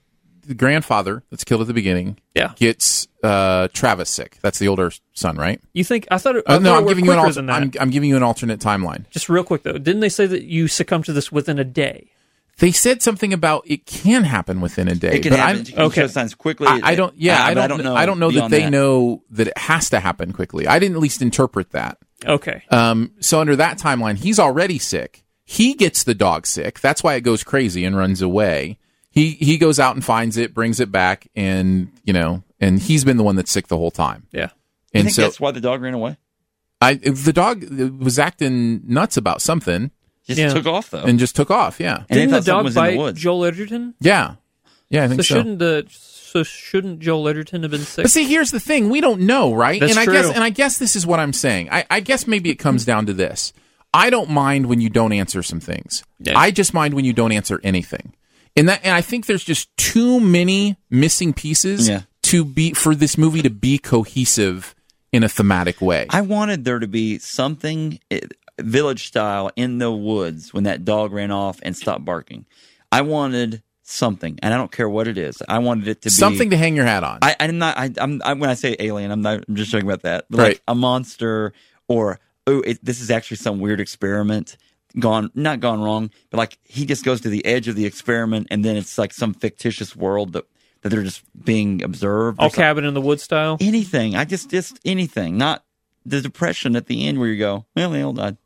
[SPEAKER 3] the grandfather that's killed at the beginning
[SPEAKER 4] Yeah.
[SPEAKER 3] gets uh, Travis sick. That's the older son, right?
[SPEAKER 4] You think? I thought. It, I
[SPEAKER 3] Uh,
[SPEAKER 4] thought
[SPEAKER 3] no,
[SPEAKER 4] it
[SPEAKER 3] I'm
[SPEAKER 4] worked
[SPEAKER 3] giving you an
[SPEAKER 4] quicker
[SPEAKER 3] alter-
[SPEAKER 4] than that.
[SPEAKER 3] I'm, I'm giving you an alternate timeline.
[SPEAKER 4] Just real quick though, didn't they say that you succumb to this within a day?
[SPEAKER 3] They said something about it can happen within a day.
[SPEAKER 5] it can
[SPEAKER 3] but
[SPEAKER 5] happen
[SPEAKER 3] I'm-
[SPEAKER 5] You can
[SPEAKER 4] okay.
[SPEAKER 5] show signs quickly
[SPEAKER 3] I, I don't. Yeah, I,
[SPEAKER 5] but
[SPEAKER 3] don't, know. I don't know that
[SPEAKER 5] beyond
[SPEAKER 3] they know that it has to happen quickly. I didn't at least interpret that.
[SPEAKER 4] Okay.
[SPEAKER 5] Uh,
[SPEAKER 3] Um, so under that timeline, he's already sick. He gets the dog sick. That's why it goes crazy and runs away. He he goes out and finds it, brings it back, and you know, and he's been the one that's sick the whole time.
[SPEAKER 4] Yeah.
[SPEAKER 5] You
[SPEAKER 3] And
[SPEAKER 5] think
[SPEAKER 3] so
[SPEAKER 5] that's why the dog ran away
[SPEAKER 3] I the dog was acting nuts about something
[SPEAKER 5] just
[SPEAKER 4] Yeah.
[SPEAKER 5] took off though
[SPEAKER 3] and just took off. Yeah,
[SPEAKER 5] And they
[SPEAKER 4] Didn't the
[SPEAKER 5] thought something
[SPEAKER 4] dog
[SPEAKER 5] was in the
[SPEAKER 4] bite
[SPEAKER 5] woods.
[SPEAKER 4] Joel Edgerton?
[SPEAKER 3] yeah, yeah. I think
[SPEAKER 4] So
[SPEAKER 3] so.
[SPEAKER 4] shouldn't the so shouldn't Joel Edgerton have been sick?
[SPEAKER 3] But see, here's the thing: we don't know, right?
[SPEAKER 4] That's
[SPEAKER 3] and I
[SPEAKER 4] true.
[SPEAKER 3] guess, and I guess this is what I'm saying. I, I guess maybe it comes down to this: I don't mind when you don't answer some things.
[SPEAKER 4] Yeah.
[SPEAKER 3] I just mind when you don't answer anything. And that, and I think there's just too many missing pieces
[SPEAKER 5] Yeah.
[SPEAKER 3] to be for this movie to be cohesive in a thematic way.
[SPEAKER 5] i wanted there to be something eh, village style in the woods when that dog ran off and stopped barking i wanted something, and I don't care what it is. I wanted it to be
[SPEAKER 3] Something to hang your hat on.
[SPEAKER 5] I, I'm not. I, I'm, I'm when I say alien, I'm not. I'm just joking about that. But
[SPEAKER 3] Right.
[SPEAKER 5] like a monster, or oh, it, this is actually some weird experiment gone, not gone wrong, but like he just goes to the edge of the experiment, and then it's like some fictitious world that that they're just being observed. or
[SPEAKER 4] All
[SPEAKER 5] something.
[SPEAKER 4] cabin in the wood style.
[SPEAKER 5] Anything. I just just anything. Not the depression at the end where you go, well, they all died.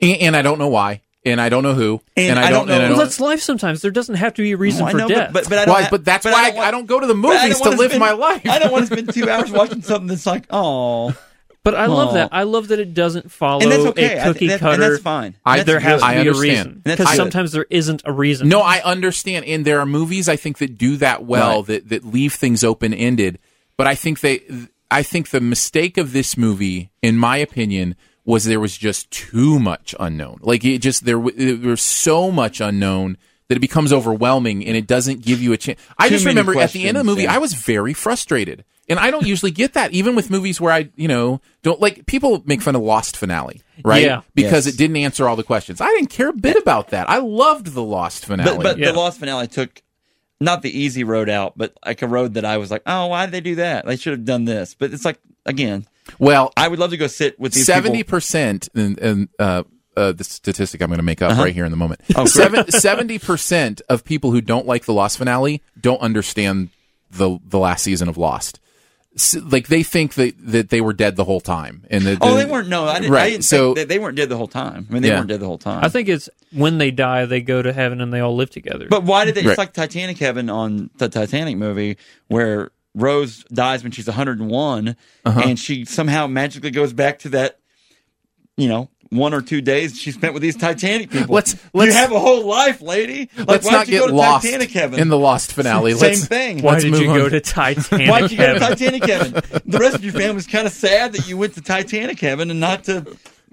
[SPEAKER 3] and, and I don't know why. And I don't know who.
[SPEAKER 5] And
[SPEAKER 3] I
[SPEAKER 5] I
[SPEAKER 3] don't.
[SPEAKER 5] don't know-
[SPEAKER 3] and I
[SPEAKER 4] Well,
[SPEAKER 3] don't
[SPEAKER 4] that's life. Sometimes there doesn't have to be a reason
[SPEAKER 5] No, Oh, I
[SPEAKER 4] for
[SPEAKER 5] know,
[SPEAKER 4] death.
[SPEAKER 5] But, but, but I don't.
[SPEAKER 3] why,
[SPEAKER 5] ha-
[SPEAKER 3] but that's
[SPEAKER 5] but
[SPEAKER 3] why I
[SPEAKER 5] I
[SPEAKER 3] I
[SPEAKER 5] don't
[SPEAKER 3] don't,
[SPEAKER 5] want-
[SPEAKER 3] go to the
[SPEAKER 5] but I don't
[SPEAKER 3] movies to
[SPEAKER 5] wanna
[SPEAKER 3] live
[SPEAKER 5] spend-
[SPEAKER 3] my life.
[SPEAKER 5] I don't want to spend two hours watching something that's like, oh,
[SPEAKER 4] But I love that.
[SPEAKER 5] Aw.
[SPEAKER 4] I love that it doesn't follow
[SPEAKER 5] and that's okay.
[SPEAKER 4] a
[SPEAKER 5] I-
[SPEAKER 4] cookie
[SPEAKER 5] that-
[SPEAKER 4] cutter.
[SPEAKER 5] and that's fine.
[SPEAKER 3] I-
[SPEAKER 5] That's
[SPEAKER 4] There has
[SPEAKER 5] good.
[SPEAKER 3] I
[SPEAKER 4] to be a
[SPEAKER 3] understand.
[SPEAKER 4] reason
[SPEAKER 5] That's
[SPEAKER 4] because
[SPEAKER 5] good.
[SPEAKER 4] sometimes there isn't a reason.
[SPEAKER 3] No, I understand. And there are movies I think that do that well
[SPEAKER 5] Right.
[SPEAKER 3] that that leave things open ended. But I think they I think the mistake of this movie, in my opinion, was there was just too much unknown. Like it just there w- there was so much unknown that it becomes overwhelming and it doesn't give you a chance. I
[SPEAKER 5] Too
[SPEAKER 3] just
[SPEAKER 5] many
[SPEAKER 3] remember at the end of the
[SPEAKER 5] questions,
[SPEAKER 3] movie,
[SPEAKER 5] yeah.
[SPEAKER 3] I was very frustrated. And I don't usually get that, even with movies where I, you know, don't like people make fun of Lost finale, right?
[SPEAKER 4] Yeah.
[SPEAKER 3] Because
[SPEAKER 5] Yes.
[SPEAKER 3] it didn't answer all the questions. I didn't care a bit about that. I loved the Lost finale.
[SPEAKER 5] But, but
[SPEAKER 4] Yeah.
[SPEAKER 5] the Lost finale took not the easy road out, but like a road that I was like, oh, why did they do that? They should have done this. But it's like, again,
[SPEAKER 3] Well,
[SPEAKER 5] I would love to go sit with these
[SPEAKER 3] seventy
[SPEAKER 5] people.
[SPEAKER 3] percent, and, and uh, uh, the statistic I'm going to make up right here in the moment.
[SPEAKER 5] Uh-huh. Oh, great.
[SPEAKER 3] Seventy percent of people who don't like the Lost finale don't understand the the last season of Lost. S like they think that that they were dead the whole time, and that,
[SPEAKER 5] Oh, they weren't. No, I didn't.
[SPEAKER 3] Right,
[SPEAKER 5] I didn't
[SPEAKER 3] so-
[SPEAKER 5] so they, they weren't dead the whole time. I mean, they
[SPEAKER 3] Yeah.
[SPEAKER 5] weren't dead the whole time.
[SPEAKER 4] I think it's when they die, they go to heaven and they all live together.
[SPEAKER 5] But why did they?
[SPEAKER 3] Right.
[SPEAKER 5] It's like Titanic Heaven on the Titanic movie where Rose dies when she's 101,
[SPEAKER 3] Uh-huh.
[SPEAKER 5] and she somehow magically goes back to that, you know, one or two days she spent with these Titanic people.
[SPEAKER 3] Let's- let's-
[SPEAKER 5] you have a whole life, lady. Like,
[SPEAKER 3] Let's
[SPEAKER 5] why'd
[SPEAKER 3] not
[SPEAKER 5] you
[SPEAKER 3] get
[SPEAKER 5] go to
[SPEAKER 3] lost
[SPEAKER 5] Titanic Heaven.
[SPEAKER 3] in the Lost finale.
[SPEAKER 5] Same
[SPEAKER 3] let's,
[SPEAKER 5] thing.
[SPEAKER 4] why
[SPEAKER 3] let's
[SPEAKER 4] did
[SPEAKER 3] move
[SPEAKER 4] you
[SPEAKER 3] on.
[SPEAKER 4] go to Titanic?
[SPEAKER 5] Why'd you go to
[SPEAKER 4] heaven?
[SPEAKER 5] Titanic Heaven? The rest of your family was kind of sad that you went to Titanic Heaven and not to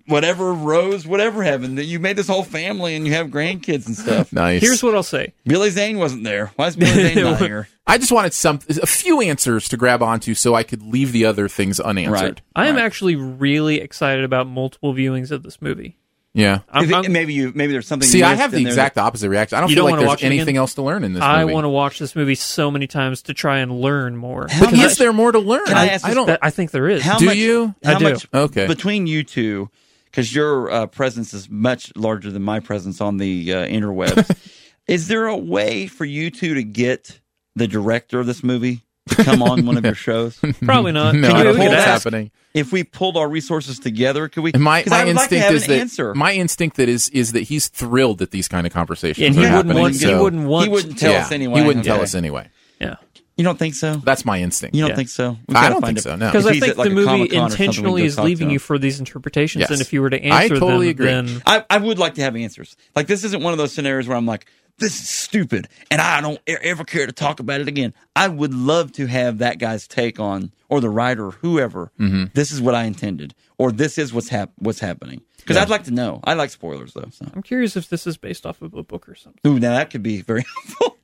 [SPEAKER 5] whatever Rose, whatever Heaven. That you made this whole family and you have grandkids and stuff.
[SPEAKER 3] Nice.
[SPEAKER 4] Here's what I'll say.
[SPEAKER 5] Billy Zane wasn't there. Why is Billy Zane not here?
[SPEAKER 3] I just wanted some a few answers to grab onto, so I could leave the other things unanswered.
[SPEAKER 5] Right.
[SPEAKER 4] I am actually really excited about multiple viewings of this movie.
[SPEAKER 3] Yeah.
[SPEAKER 4] I'm,
[SPEAKER 5] If it-
[SPEAKER 4] I'm-
[SPEAKER 5] maybe you maybe there's something.
[SPEAKER 3] See,
[SPEAKER 5] you
[SPEAKER 3] I
[SPEAKER 5] missed
[SPEAKER 3] have the
[SPEAKER 5] in there
[SPEAKER 3] exact opposite reaction. I don't
[SPEAKER 4] You
[SPEAKER 3] feel
[SPEAKER 4] don't
[SPEAKER 3] like
[SPEAKER 4] wanna
[SPEAKER 3] there's
[SPEAKER 4] watch it again?
[SPEAKER 3] anything else to learn in this.
[SPEAKER 4] I
[SPEAKER 3] movie.
[SPEAKER 4] want to watch this movie so many times to try and learn more.
[SPEAKER 5] How
[SPEAKER 3] But
[SPEAKER 4] Because
[SPEAKER 3] is there more to learn?
[SPEAKER 5] Can I ask this-
[SPEAKER 3] don't.
[SPEAKER 4] that- I think there is.
[SPEAKER 5] that- How
[SPEAKER 3] Do
[SPEAKER 5] much,
[SPEAKER 3] you?
[SPEAKER 5] How
[SPEAKER 4] I do.
[SPEAKER 5] Much,
[SPEAKER 3] Okay.
[SPEAKER 5] Between you two, because your uh, presence is much larger than my presence on the uh, interwebs. is there a way for you two to get the director of this movie to come on one of your shows?
[SPEAKER 4] Probably not.
[SPEAKER 3] No,
[SPEAKER 4] Can
[SPEAKER 3] I
[SPEAKER 4] you-
[SPEAKER 3] don't
[SPEAKER 4] we
[SPEAKER 3] think
[SPEAKER 4] could
[SPEAKER 3] that's
[SPEAKER 4] ask.
[SPEAKER 3] happening.
[SPEAKER 5] If we pulled our resources together, could we?
[SPEAKER 3] And my
[SPEAKER 5] 'cause I
[SPEAKER 3] my
[SPEAKER 5] would like to
[SPEAKER 3] instinct
[SPEAKER 5] have
[SPEAKER 3] is
[SPEAKER 5] an
[SPEAKER 3] that
[SPEAKER 5] answer.
[SPEAKER 3] my instinct that is is that he's thrilled that these kind of conversations
[SPEAKER 4] And
[SPEAKER 3] are
[SPEAKER 4] he wouldn't
[SPEAKER 3] happening.
[SPEAKER 4] want.
[SPEAKER 3] so,
[SPEAKER 4] He wouldn't want.
[SPEAKER 5] he wouldn't tell
[SPEAKER 3] yeah,
[SPEAKER 5] us anyway.
[SPEAKER 3] He wouldn't tell
[SPEAKER 5] Okay.
[SPEAKER 3] us anyway.
[SPEAKER 4] Yeah.
[SPEAKER 5] You don't think so?
[SPEAKER 3] That's my instinct.
[SPEAKER 5] You don't
[SPEAKER 4] Yeah.
[SPEAKER 5] think so? We
[SPEAKER 3] I
[SPEAKER 5] gotta
[SPEAKER 3] don't
[SPEAKER 5] find
[SPEAKER 3] think
[SPEAKER 5] a-
[SPEAKER 3] so. No.
[SPEAKER 4] Because
[SPEAKER 5] if
[SPEAKER 4] I
[SPEAKER 5] he's
[SPEAKER 4] think
[SPEAKER 5] at, like,
[SPEAKER 4] the
[SPEAKER 5] a
[SPEAKER 4] movie
[SPEAKER 5] Comic-Con or something, we can
[SPEAKER 4] intentionally
[SPEAKER 5] go
[SPEAKER 4] is
[SPEAKER 5] talk to
[SPEAKER 4] leaving
[SPEAKER 5] him.
[SPEAKER 4] you for these interpretations,
[SPEAKER 3] Yes.
[SPEAKER 4] and if you were to
[SPEAKER 3] I
[SPEAKER 4] answer
[SPEAKER 3] totally
[SPEAKER 4] them,
[SPEAKER 3] agree.
[SPEAKER 4] then
[SPEAKER 5] I, I would like to have answers. Like this isn't one of those scenarios where I'm like, this is stupid, and I don't e- ever care to talk about it again. I would love to have that guy's take on, or the writer, whoever.
[SPEAKER 3] Mm-hmm.
[SPEAKER 5] This is what I intended, or this is what's hap- what's happening. Because I'd like to know. I like spoilers though. So.
[SPEAKER 4] I'm curious if this is based off of a book or something.
[SPEAKER 5] Ooh, now that could be very helpful.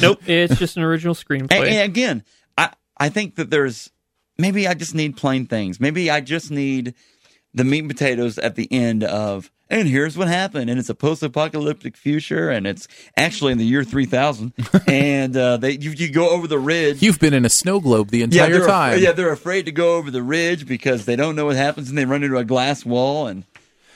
[SPEAKER 4] Nope, it's just an original
[SPEAKER 5] And,
[SPEAKER 4] screenplay.
[SPEAKER 5] and again, I I think that there's maybe I just need plain things. Maybe I just need the meat and potatoes at the end of and here's what happened and it's a post-apocalyptic future and it's actually in the year 3000 and uh, they you, you go over the ridge
[SPEAKER 3] You've been in a snow globe the
[SPEAKER 5] yeah,
[SPEAKER 3] entire
[SPEAKER 5] they're af-
[SPEAKER 3] time.
[SPEAKER 5] yeah they're afraid to go over the ridge because they don't know what happens and they run into a glass wall and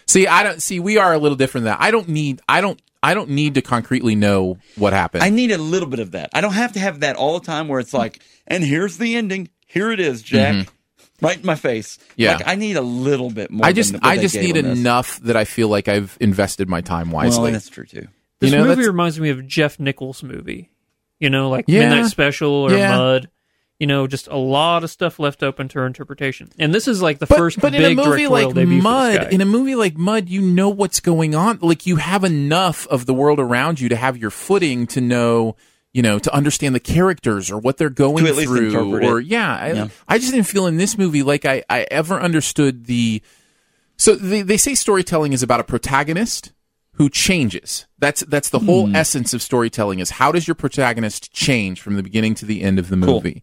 [SPEAKER 3] See, I don't see. We are a little different than that. I don't need. I don't. I don't need to concretely know what happened.
[SPEAKER 5] I need a little bit of that I don't have to have that all the time where it's like and here's the ending here it is Jack right in my face
[SPEAKER 3] Mm-hmm. Yeah.
[SPEAKER 5] like, I need a little bit more
[SPEAKER 3] I
[SPEAKER 5] than
[SPEAKER 3] just.
[SPEAKER 5] what
[SPEAKER 3] I
[SPEAKER 5] they
[SPEAKER 3] just
[SPEAKER 5] gave
[SPEAKER 3] need
[SPEAKER 5] on this.
[SPEAKER 3] enough that I feel like I've invested my time
[SPEAKER 5] well
[SPEAKER 3] wisely.
[SPEAKER 5] that's true too
[SPEAKER 4] this
[SPEAKER 3] you know,
[SPEAKER 4] movie
[SPEAKER 3] that's-
[SPEAKER 4] reminds me of Jeff Nichols' movie, you know, like
[SPEAKER 3] Yeah.
[SPEAKER 4] Midnight Special or
[SPEAKER 3] Yeah.
[SPEAKER 4] Mud. You know, just a lot of stuff left open to interpretation. And this is like the first big directorial debut for this
[SPEAKER 3] mud
[SPEAKER 4] guy.
[SPEAKER 3] in a movie like mud you know what's going on like you have enough of the world around you to have your footing to know you know to understand the characters or what they're going
[SPEAKER 5] To at least
[SPEAKER 3] through
[SPEAKER 5] interpret it.
[SPEAKER 3] or yeah, I,
[SPEAKER 5] Yeah.
[SPEAKER 3] I just didn't feel in this movie like i, I ever understood the so they, they say storytelling is about a protagonist who changes. That's that's the whole essence of storytelling is how does your protagonist change from the beginning to the end of the movie?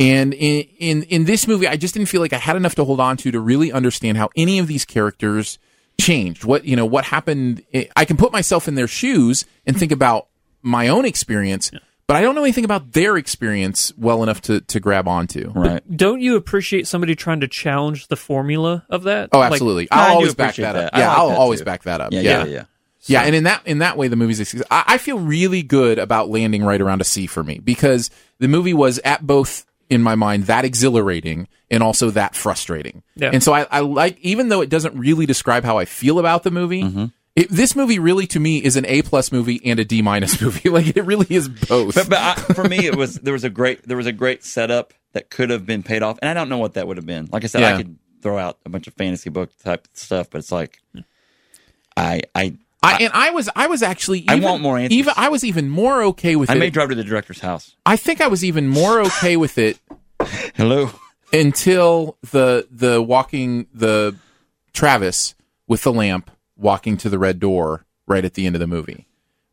[SPEAKER 3] And in, in in this movie, I just didn't feel like I had enough to hold on to to really understand how any of these eh, characters changed. What you know, what happened? I can put myself in their shoes and think about my own experience, but I don't know anything about their experience well enough to to grab onto.
[SPEAKER 5] Right.
[SPEAKER 4] Don't you appreciate somebody trying to challenge the formula of that?
[SPEAKER 3] Oh,
[SPEAKER 4] Like,
[SPEAKER 3] absolutely.
[SPEAKER 5] No, I
[SPEAKER 3] I'll
[SPEAKER 5] do
[SPEAKER 3] always back
[SPEAKER 5] appreciate
[SPEAKER 3] that, up.
[SPEAKER 5] that. I
[SPEAKER 3] Yeah,
[SPEAKER 5] like
[SPEAKER 3] I'll
[SPEAKER 5] that
[SPEAKER 3] always
[SPEAKER 5] too.
[SPEAKER 3] back that up.
[SPEAKER 5] Yeah,
[SPEAKER 3] yeah.
[SPEAKER 5] yeah, yeah.
[SPEAKER 3] Yeah, and in that in that way, the movie's. a success. I, I feel really good about landing right around a C for me because the movie was at both in my mind that exhilarating and also that frustrating.
[SPEAKER 4] Yeah.
[SPEAKER 3] And so I, I like, even though it doesn't really describe how I feel about the movie.
[SPEAKER 5] Mm-hmm.
[SPEAKER 3] It, this movie really to me is an A plus movie and a D minus movie. Like it really is both.
[SPEAKER 5] But, but I, for me, it was there was a great there was a great setup that could have been paid off, and I don't know what that would have been. Like I said,
[SPEAKER 3] Yeah.
[SPEAKER 5] I could throw out a bunch of fantasy book type stuff, but it's like, I I
[SPEAKER 3] I, and I was I was actually
[SPEAKER 5] I
[SPEAKER 3] even,
[SPEAKER 5] want more answers.
[SPEAKER 3] Even I was even more okay with
[SPEAKER 5] I
[SPEAKER 3] it.
[SPEAKER 5] may drive to the director's house.
[SPEAKER 3] I think I was even more okay with it
[SPEAKER 5] Hello.
[SPEAKER 3] until the the walking the Travis with the lamp walking to the red door right at the end of the movie.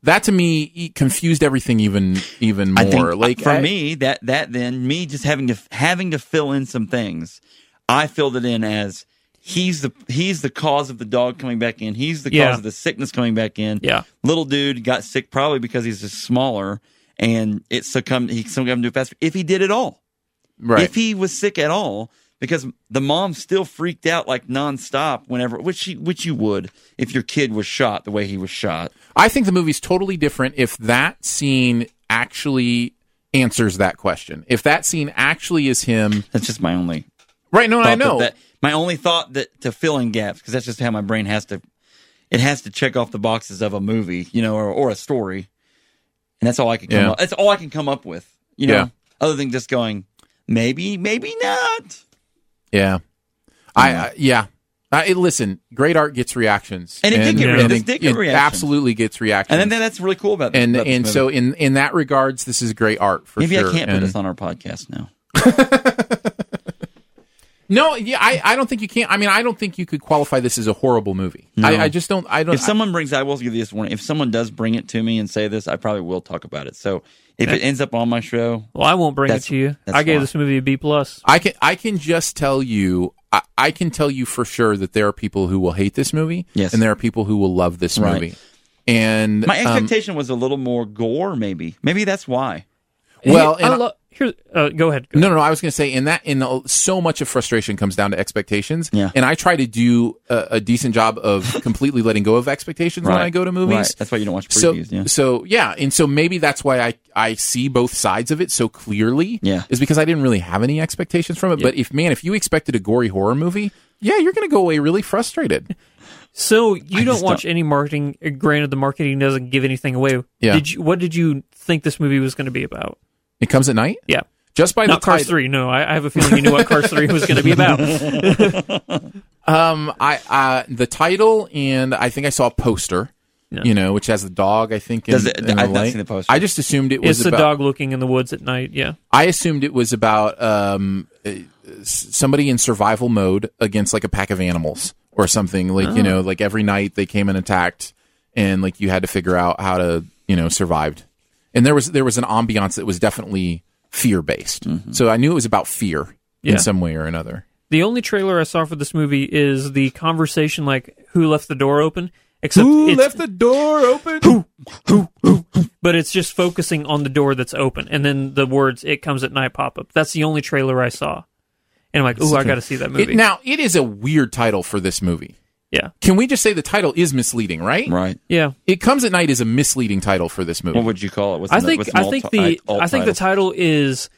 [SPEAKER 3] That to me e- confused everything even even more.
[SPEAKER 5] I think uh,
[SPEAKER 3] like
[SPEAKER 5] for
[SPEAKER 3] I-
[SPEAKER 5] me that that then me just having to having to fill in some things, I filled it in as he's the he's the cause of the dog coming back in. He's the
[SPEAKER 4] Yeah.
[SPEAKER 5] cause of the sickness coming back in.
[SPEAKER 4] Yeah.
[SPEAKER 5] little dude got sick probably because he's just smaller and it succumbed. He succumbed to fast. If he did it all,
[SPEAKER 3] right.
[SPEAKER 5] if he was sick at all, because the mom still freaked out like nonstop whenever which she which you would if your kid was shot the way he was shot.
[SPEAKER 3] I think the movie's totally different if that scene actually answers that question. If that scene actually is him,
[SPEAKER 5] That's just my only
[SPEAKER 3] right? No, I
[SPEAKER 5] thought
[SPEAKER 3] know.
[SPEAKER 5] That, that- my only thought that to fill in gaps because that's just how my brain has to. It has to check off the boxes of a movie, you know, or, or a story, and that's all I can come.
[SPEAKER 3] Yeah.
[SPEAKER 5] up That's all I can come up with, you know.
[SPEAKER 3] Yeah.
[SPEAKER 5] Other than just going, maybe, maybe not.
[SPEAKER 3] yeah, I I yeah. I, it- listen, great art gets reactions,
[SPEAKER 5] And it did get-
[SPEAKER 4] this
[SPEAKER 5] did get
[SPEAKER 3] it
[SPEAKER 5] reactions.
[SPEAKER 3] absolutely gets reactions.
[SPEAKER 5] And then that's really cool about this.
[SPEAKER 3] and
[SPEAKER 5] about this
[SPEAKER 3] and
[SPEAKER 5] movie.
[SPEAKER 3] so in in that regards, this is great art for
[SPEAKER 5] maybe
[SPEAKER 3] sure.
[SPEAKER 5] I can't put
[SPEAKER 3] And-
[SPEAKER 5] this on our podcast now.
[SPEAKER 3] No, yeah, I, I don't think you can. I mean, I don't think you could qualify this as a horrible movie. I, I just don't. I don't.
[SPEAKER 5] If someone brings, I will give you this warning. If someone does bring it to me and say this, I probably will talk about it. So if it ends up on my show,
[SPEAKER 4] Well, I won't bring
[SPEAKER 5] That's-
[SPEAKER 4] it to you.
[SPEAKER 5] that's
[SPEAKER 4] I gave
[SPEAKER 5] why.
[SPEAKER 4] this movie a B plus.
[SPEAKER 3] I can I can just tell you. I, I can tell you for sure that there are people who will hate this movie,
[SPEAKER 5] Yes.
[SPEAKER 3] and there are people who will love this
[SPEAKER 5] Right.
[SPEAKER 3] movie. And
[SPEAKER 5] my
[SPEAKER 3] um,
[SPEAKER 5] expectation was a little more gore. Maybe, maybe that's why.
[SPEAKER 3] well,
[SPEAKER 4] I
[SPEAKER 3] and Mm-hmm.
[SPEAKER 4] lo- here. Uh, go ahead. Go
[SPEAKER 3] No, no, no. I was going to say in that in the, so much of frustration comes down to expectations.
[SPEAKER 5] Yeah.
[SPEAKER 3] And I try to do a, a decent job of completely letting go of expectations when
[SPEAKER 5] Right.
[SPEAKER 3] I go to movies.
[SPEAKER 5] Right. That's why you don't watch
[SPEAKER 3] So,
[SPEAKER 5] previews, yeah.
[SPEAKER 3] so yeah, and so maybe that's why I I see both sides of it so clearly.
[SPEAKER 5] Yeah.
[SPEAKER 3] is because I didn't really have any expectations from it. But if man, if you expected a gory horror movie, yeah, you're going to go away really frustrated.
[SPEAKER 4] So you don't
[SPEAKER 5] just
[SPEAKER 4] watch any marketing. uh, Granted, the marketing doesn't give anything away.
[SPEAKER 3] Yeah.
[SPEAKER 4] Did you, what did you think this movie was going to be about?
[SPEAKER 3] It comes at night.
[SPEAKER 4] Yeah.
[SPEAKER 3] Just by
[SPEAKER 4] Not
[SPEAKER 3] the
[SPEAKER 4] Cars
[SPEAKER 3] title.
[SPEAKER 4] Three. No, I, I have a feeling you knew what Cars Three was going to be about.
[SPEAKER 3] Um, I uh, the title, and I think I saw a poster. You know, which has the dog. I think. in-
[SPEAKER 5] Does it-
[SPEAKER 3] in
[SPEAKER 5] I've not
[SPEAKER 3] light.
[SPEAKER 5] seen the poster.
[SPEAKER 3] I just assumed it was
[SPEAKER 4] It's the
[SPEAKER 3] about,
[SPEAKER 4] dog looking in the woods at night. Yeah.
[SPEAKER 3] I assumed it was about um, uh, s- somebody in survival mode against like a pack of animals or something. Like
[SPEAKER 4] Oh.
[SPEAKER 3] you know, like every night they came and attacked, and like you had to figure out how to you know survived. And there was there was an ambiance that was definitely fear based. So I knew it was about fear
[SPEAKER 4] Mm-hmm. Yeah.
[SPEAKER 3] in some way or another.
[SPEAKER 4] The only trailer I saw for this movie is the conversation like who left the door open. Except it's,
[SPEAKER 3] the door open?
[SPEAKER 4] but it's just focusing on the door that's open, and then the words "It comes at night" pop up. That's the only trailer I saw, and I'm like, "Ooh, I got to see that movie."
[SPEAKER 3] It, now it is a weird title for this movie.
[SPEAKER 4] yeah,
[SPEAKER 3] Can we just say the title is misleading, right?
[SPEAKER 5] Right.
[SPEAKER 4] yeah.
[SPEAKER 3] It comes at night is a misleading title for this movie.
[SPEAKER 5] What would you call it? What's
[SPEAKER 4] I
[SPEAKER 5] an-
[SPEAKER 4] think
[SPEAKER 5] what's an
[SPEAKER 4] I
[SPEAKER 5] alt-
[SPEAKER 4] think the
[SPEAKER 5] alt
[SPEAKER 4] I think the
[SPEAKER 5] title?
[SPEAKER 4] title is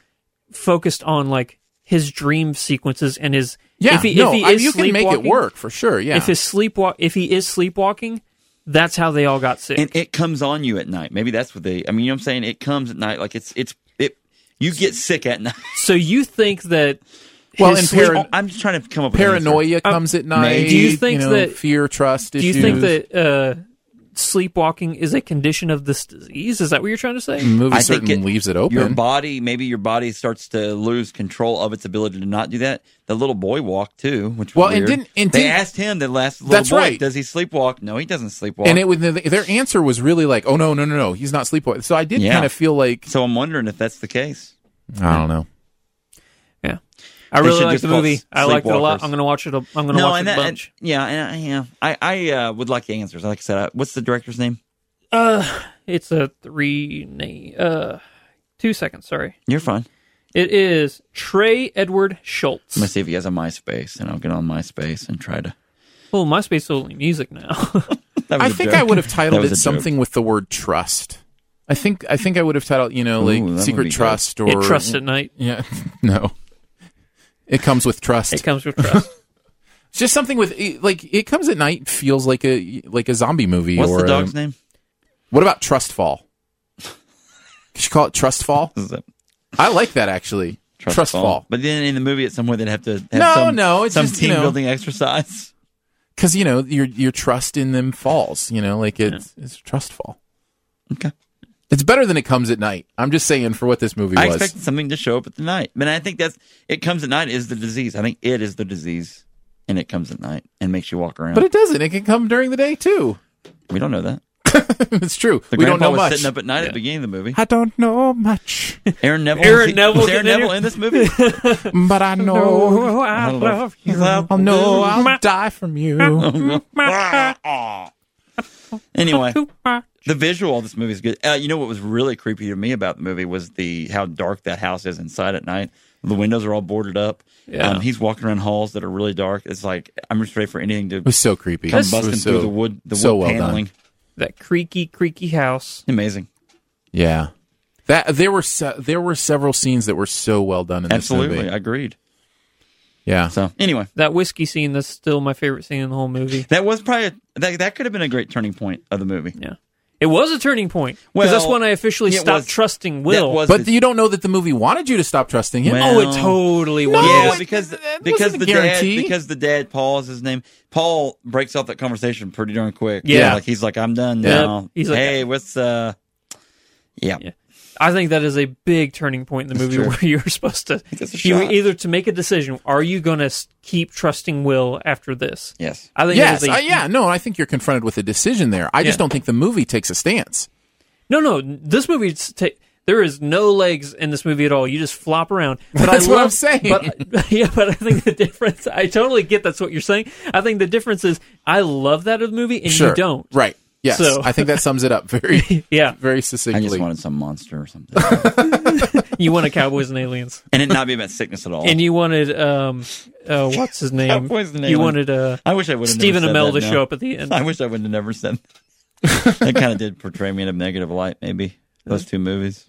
[SPEAKER 4] focused on like his dream sequences and his
[SPEAKER 3] yeah,
[SPEAKER 4] If he,
[SPEAKER 3] no,
[SPEAKER 4] if he
[SPEAKER 3] I-
[SPEAKER 4] is
[SPEAKER 3] you can make it
[SPEAKER 4] sleepwalking-
[SPEAKER 3] work for sure. Yeah,
[SPEAKER 4] If his sleepwalk, if he is sleepwalking, that's how they all got sick.
[SPEAKER 5] and it comes on you at night. Maybe that's what they. I mean, you know what I'm saying? It comes at night. Like it's it's it. You get sick at night.
[SPEAKER 4] so you think that?
[SPEAKER 3] Well,
[SPEAKER 4] his
[SPEAKER 3] and
[SPEAKER 4] sleep-
[SPEAKER 3] Paran-
[SPEAKER 5] I'm just trying to come up with an answer.
[SPEAKER 3] paranoia comes
[SPEAKER 5] Um,
[SPEAKER 3] at night.
[SPEAKER 4] do you think
[SPEAKER 3] know,
[SPEAKER 4] that-
[SPEAKER 3] fear, trust?
[SPEAKER 4] do you think that uh, sleepwalking is a condition of this disease? Is that what you're trying to say?
[SPEAKER 3] the movie
[SPEAKER 5] I think
[SPEAKER 3] certainly
[SPEAKER 5] it-
[SPEAKER 3] leaves it
[SPEAKER 5] Your
[SPEAKER 3] open?
[SPEAKER 5] body, maybe your body starts to lose control of its ability to not do that. The little boy walked too, which was
[SPEAKER 3] Well, and
[SPEAKER 5] weird.
[SPEAKER 3] didn't- and
[SPEAKER 5] they
[SPEAKER 3] didn't-
[SPEAKER 5] asked him the last little
[SPEAKER 3] That's
[SPEAKER 5] boy,
[SPEAKER 3] right.
[SPEAKER 5] does he sleepwalk? No, he doesn't sleepwalk.
[SPEAKER 3] and it was their answer was really like, oh no, no, no, no, he's not sleepwalking. So I did
[SPEAKER 5] Yeah.
[SPEAKER 3] kind of feel like
[SPEAKER 5] so I'm wondering if that's the case.
[SPEAKER 3] I don't know.
[SPEAKER 4] Yeah, I
[SPEAKER 5] They
[SPEAKER 4] really
[SPEAKER 5] should
[SPEAKER 4] liked
[SPEAKER 5] just
[SPEAKER 4] the
[SPEAKER 5] call it
[SPEAKER 4] movie. I liked it a lot.
[SPEAKER 5] Sleepwalkers.
[SPEAKER 4] I'm gonna watch it. A, I'm gonna watch
[SPEAKER 5] and
[SPEAKER 4] it a
[SPEAKER 5] that,
[SPEAKER 4] bunch.
[SPEAKER 5] uh, and- yeah, and I, yeah, I I uh, would like answers. Like I said, I, what's the uh, director's name?
[SPEAKER 4] Uh, it's a three. na- Uh, two seconds. Sorry.
[SPEAKER 5] You're fine.
[SPEAKER 4] It is Trey Edward
[SPEAKER 5] I'm gonna
[SPEAKER 4] Schultz.
[SPEAKER 5] see if he has a MySpace, and I'll get on MySpace and try to.
[SPEAKER 4] Well, MySpace is only music now.
[SPEAKER 5] That was
[SPEAKER 3] I
[SPEAKER 5] a
[SPEAKER 3] think
[SPEAKER 5] joke.
[SPEAKER 3] I would have
[SPEAKER 5] That
[SPEAKER 3] titled
[SPEAKER 5] was
[SPEAKER 3] it
[SPEAKER 5] a joke.
[SPEAKER 3] something with the word trust. I think I think I would have titled you know like
[SPEAKER 5] Ooh, that would be
[SPEAKER 3] secret
[SPEAKER 5] good.
[SPEAKER 3] trust or
[SPEAKER 4] it trusts at night.
[SPEAKER 3] Yeah, no, it comes with trust.
[SPEAKER 4] It comes with trust.
[SPEAKER 3] It's just something with it- like it comes at night. Feels like a like a zombie movie.
[SPEAKER 5] What's
[SPEAKER 3] or
[SPEAKER 5] the dog's
[SPEAKER 3] a,
[SPEAKER 5] name?
[SPEAKER 3] What about Trust Fall? Could you call it Trust Fall?
[SPEAKER 5] This is it.
[SPEAKER 3] I like that actually. Trust, fall.
[SPEAKER 5] But then in the movie, at some point, they'd have to have
[SPEAKER 3] No,
[SPEAKER 5] some,
[SPEAKER 3] no, it's
[SPEAKER 5] some
[SPEAKER 3] just, you
[SPEAKER 5] team
[SPEAKER 3] know-
[SPEAKER 5] building exercise.
[SPEAKER 3] because you know your your trust in them falls. You know, like it's it's a trust fall.
[SPEAKER 5] Okay.
[SPEAKER 3] It's better than it comes at night. I'm just saying for what this movie
[SPEAKER 5] I
[SPEAKER 3] was.
[SPEAKER 5] expected something to show up at the night, but I think that's it. Comes at night is the disease. I think it is the disease, and it comes at night and makes you walk around.
[SPEAKER 3] but it doesn't. It can come during the day too.
[SPEAKER 5] we don't know that.
[SPEAKER 3] it's true.
[SPEAKER 5] The
[SPEAKER 3] we
[SPEAKER 5] grandpa
[SPEAKER 3] don't know
[SPEAKER 5] was
[SPEAKER 3] much.
[SPEAKER 5] sitting up at night at the beginning of the movie.
[SPEAKER 3] I don't know much,
[SPEAKER 5] Aaron Neville.
[SPEAKER 4] Aaron
[SPEAKER 5] was he-
[SPEAKER 4] Neville
[SPEAKER 5] was Aaron
[SPEAKER 4] getting in
[SPEAKER 5] Neville
[SPEAKER 4] here?
[SPEAKER 5] in this movie.
[SPEAKER 3] but I know.
[SPEAKER 4] I
[SPEAKER 5] don't know.
[SPEAKER 4] love you.
[SPEAKER 3] I'll know. I'll die from you.
[SPEAKER 5] anyway, the visual of this movie is good. Uh, you know what was really creepy to me about the movie was the how dark that house is inside at night. The windows are all boarded up.
[SPEAKER 4] Yeah.
[SPEAKER 5] Um, he's walking around halls that are really dark. It's like I'm just ready for anything to
[SPEAKER 3] It was so creepy.
[SPEAKER 5] come
[SPEAKER 3] It was
[SPEAKER 5] busting
[SPEAKER 3] so-
[SPEAKER 5] through the wood, the wood
[SPEAKER 3] so well done.
[SPEAKER 5] paneling.
[SPEAKER 4] That creaky, creaky house.
[SPEAKER 5] Amazing.
[SPEAKER 3] Yeah, that there were se- there were several scenes that were so well done in this
[SPEAKER 5] Absolutely,
[SPEAKER 3] movie.
[SPEAKER 5] agreed.
[SPEAKER 3] Yeah,
[SPEAKER 5] So anyway,
[SPEAKER 4] That whiskey scene. That's still my favorite scene in the whole movie.
[SPEAKER 5] that was probably a, that that could have been a great turning point of the movie.
[SPEAKER 4] Yeah. It was a turning point because
[SPEAKER 5] Well,
[SPEAKER 4] that's when I officially
[SPEAKER 5] it
[SPEAKER 4] stopped
[SPEAKER 5] was-
[SPEAKER 4] trusting
[SPEAKER 5] that
[SPEAKER 4] Will.
[SPEAKER 5] was-
[SPEAKER 3] but you don't know that the movie wanted you to stop trusting him.
[SPEAKER 5] Well-
[SPEAKER 4] oh, it totally was.
[SPEAKER 3] No,
[SPEAKER 5] yeah,
[SPEAKER 3] it-
[SPEAKER 5] because
[SPEAKER 3] that- that
[SPEAKER 5] because
[SPEAKER 3] wasn't
[SPEAKER 5] the
[SPEAKER 3] a
[SPEAKER 5] dad
[SPEAKER 3] guarantee.
[SPEAKER 5] because the dad Paul is his name. Paul breaks off that conversation pretty darn quick.
[SPEAKER 4] Yeah.
[SPEAKER 5] like he's like, I'm done
[SPEAKER 4] Yeah.
[SPEAKER 5] now.
[SPEAKER 4] He's like-
[SPEAKER 5] hey, what's uh, yeah,
[SPEAKER 4] Yeah. I think that is a big turning point in the movie
[SPEAKER 5] true.
[SPEAKER 4] where you're supposed to
[SPEAKER 5] It's a
[SPEAKER 4] you were
[SPEAKER 5] shot.
[SPEAKER 4] either to make a decision. Are you going to keep trusting Will after this?
[SPEAKER 5] yes,
[SPEAKER 4] I think
[SPEAKER 3] yes,
[SPEAKER 4] that is a-
[SPEAKER 3] uh, yeah, no, I think you're confronted with a decision there. I
[SPEAKER 4] Yeah.
[SPEAKER 3] just don't think the movie takes a stance.
[SPEAKER 4] No, no. This movie is ta- there is no legs in this movie at all. You just flop around. But
[SPEAKER 3] That's
[SPEAKER 4] I
[SPEAKER 3] what I'm
[SPEAKER 4] love-
[SPEAKER 3] saying.
[SPEAKER 4] But, yeah, but I think the difference. I totally get that's what you're saying. I think the difference is I love that of the movie and
[SPEAKER 3] Sure,
[SPEAKER 4] you don't.
[SPEAKER 3] Right. Yes,
[SPEAKER 4] So-
[SPEAKER 3] I think that sums it up very,
[SPEAKER 4] Yeah,
[SPEAKER 3] very
[SPEAKER 5] I
[SPEAKER 3] succinctly.
[SPEAKER 5] just wanted some monster or something,
[SPEAKER 4] you wanted Cowboys and Aliens,
[SPEAKER 5] and it not be about sickness at all.
[SPEAKER 4] and you wanted um, uh, what's his name?
[SPEAKER 5] Cowboys and
[SPEAKER 4] You
[SPEAKER 5] Aliens.
[SPEAKER 4] wanted uh,
[SPEAKER 5] I wish I would have
[SPEAKER 4] Stephen
[SPEAKER 5] never said
[SPEAKER 4] Amell to
[SPEAKER 5] that, no.
[SPEAKER 4] show up at the end.
[SPEAKER 5] I wish I would have never said that. that. Kind of did portray me in a negative light, maybe those two movies.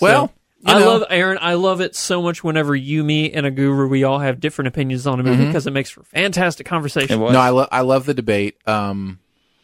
[SPEAKER 3] well, you
[SPEAKER 4] I
[SPEAKER 3] know,
[SPEAKER 4] love Aaron. I love it so much. Whenever you, me, and a guru, we all have different opinions on a movie
[SPEAKER 3] Mm-hmm.
[SPEAKER 4] because it makes for fantastic
[SPEAKER 5] It
[SPEAKER 4] conversation.
[SPEAKER 5] was
[SPEAKER 3] No, I love. I love the debate. Um,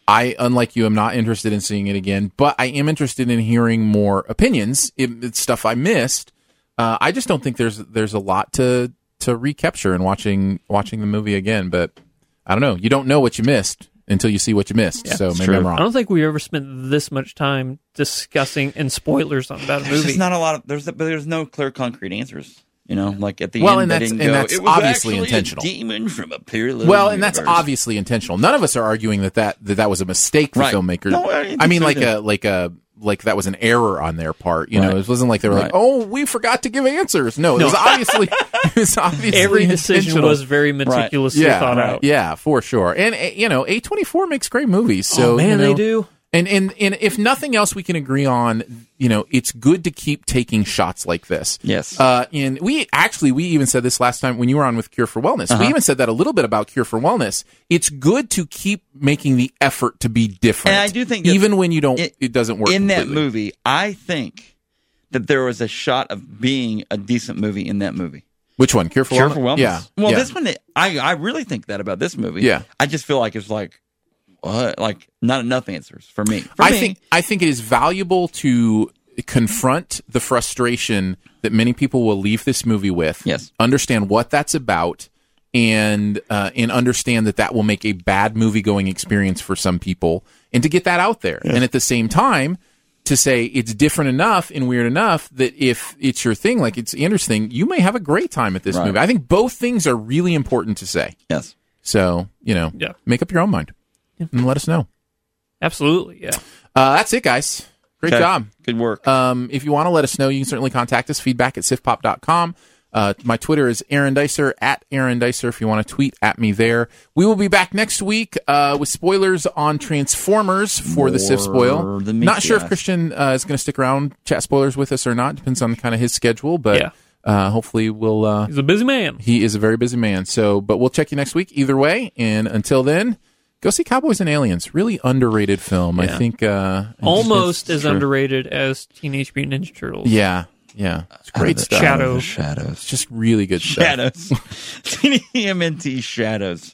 [SPEAKER 3] I, unlike you, am not interested in seeing it again, but I am interested in hearing more opinions. It, it's stuff I missed. Uh, I just don't think there's there's a lot to to recapture in watching watching the movie again. But I don't know. You don't know what you missed until you see what you missed. so maybe I'm
[SPEAKER 4] I
[SPEAKER 3] wrong.
[SPEAKER 4] don't think we ever spent this much time discussing and spoilers on about a
[SPEAKER 5] There's
[SPEAKER 4] movie.
[SPEAKER 5] just not a lot of there's but there's no clear concrete answers. You know, like at the
[SPEAKER 3] Well, and
[SPEAKER 5] end, they
[SPEAKER 3] that's-
[SPEAKER 5] didn't
[SPEAKER 3] and
[SPEAKER 5] go,
[SPEAKER 3] that's
[SPEAKER 5] "It was
[SPEAKER 3] obviously
[SPEAKER 5] actually a
[SPEAKER 3] intentional."
[SPEAKER 5] demon from a parallel.
[SPEAKER 3] Well, and that's
[SPEAKER 5] universe."
[SPEAKER 3] obviously intentional. None of us are arguing that that that, that was a mistake for
[SPEAKER 5] Right.
[SPEAKER 3] filmmakers.
[SPEAKER 5] No, I didn't
[SPEAKER 3] I mean,
[SPEAKER 5] think
[SPEAKER 3] like
[SPEAKER 5] so either.
[SPEAKER 3] a like a like that was an error on their part. You know,
[SPEAKER 5] Right.
[SPEAKER 3] it wasn't like they were like,
[SPEAKER 5] Right.
[SPEAKER 3] "Oh, we forgot to give answers." No, it was obviously it was obviously
[SPEAKER 4] Every decision
[SPEAKER 3] intentional.
[SPEAKER 4] was very meticulously
[SPEAKER 3] yeah,
[SPEAKER 4] thought
[SPEAKER 5] right.
[SPEAKER 4] out.
[SPEAKER 3] yeah, for sure. And uh, you know, A twenty four makes great movies. So
[SPEAKER 4] oh man,
[SPEAKER 3] you know,
[SPEAKER 4] they do.
[SPEAKER 3] And and and if nothing else, we can agree on you know it's good to keep taking shots like this.
[SPEAKER 5] Yes.
[SPEAKER 3] Uh, and we actually we even said this last time when you were on with Cure for Wellness.
[SPEAKER 5] Uh-huh.
[SPEAKER 3] We even said that a little bit about Cure for Wellness. It's good to keep making the effort to be different.
[SPEAKER 5] And I do think that
[SPEAKER 3] even when you don't,
[SPEAKER 5] it-
[SPEAKER 3] it, doesn't work
[SPEAKER 5] in that
[SPEAKER 3] completely.
[SPEAKER 5] movie. I think that there was a shot of being a decent movie in that movie.
[SPEAKER 3] Which one? Cure for
[SPEAKER 5] Cure
[SPEAKER 3] Wellness.
[SPEAKER 5] for wellness.
[SPEAKER 3] Yeah.
[SPEAKER 5] Well,
[SPEAKER 3] yeah.
[SPEAKER 5] this one, I I really think that about this movie.
[SPEAKER 3] Yeah.
[SPEAKER 5] I just feel like it's like, what? Like not enough answers for me. For
[SPEAKER 3] I
[SPEAKER 5] me,
[SPEAKER 3] think I think it is valuable to confront the frustration that many people will leave this movie with.
[SPEAKER 5] Yes.
[SPEAKER 3] understand what that's about, and uh, and understand that that will make a bad movie going experience for some people, and to get that out there, and at the same time. To say it's different enough and weird enough that if it's your thing, like it's interesting, you may have a great time at this
[SPEAKER 5] Right.
[SPEAKER 3] movie. I think both things are really important to say.
[SPEAKER 5] yes.
[SPEAKER 3] So, you know,
[SPEAKER 4] Yeah.
[SPEAKER 3] make up your own mind and let us know.
[SPEAKER 4] Absolutely, yeah.
[SPEAKER 3] Uh, that's it, guys. Great
[SPEAKER 5] Okay.
[SPEAKER 3] job. Uh,
[SPEAKER 5] Good work.
[SPEAKER 3] Um, if you want to let us know, you can certainly contact us, feedback at sifpop.com. Uh, my Twitter is Aaron Dicer at Aaron Dicer. If you want to tweet at me there, we will be back next week uh, with spoilers on Transformers for the Sif spoil.
[SPEAKER 5] More than meets
[SPEAKER 3] Not
[SPEAKER 5] the
[SPEAKER 3] sure if
[SPEAKER 5] eye.
[SPEAKER 3] Christian uh, is going to stick around chat spoilers with us or not. Depends on kind of his schedule, but
[SPEAKER 4] Yeah.
[SPEAKER 3] uh, hopefully we'll. Uh,
[SPEAKER 4] He's a busy man.
[SPEAKER 3] he is a very busy man. So, but we'll check you next week either way. And until then, go see Cowboys and Aliens. Really underrated film. I
[SPEAKER 4] Yeah.
[SPEAKER 3] think uh, I
[SPEAKER 4] Almost
[SPEAKER 3] think it's-
[SPEAKER 4] as underrated as Teenage Mutant Ninja Turtles.
[SPEAKER 3] Yeah, yeah, it's great stuff.
[SPEAKER 4] Shadow.
[SPEAKER 3] It's
[SPEAKER 5] Shadows.
[SPEAKER 3] just really good stuff.
[SPEAKER 5] Shadows. TMNT shadows.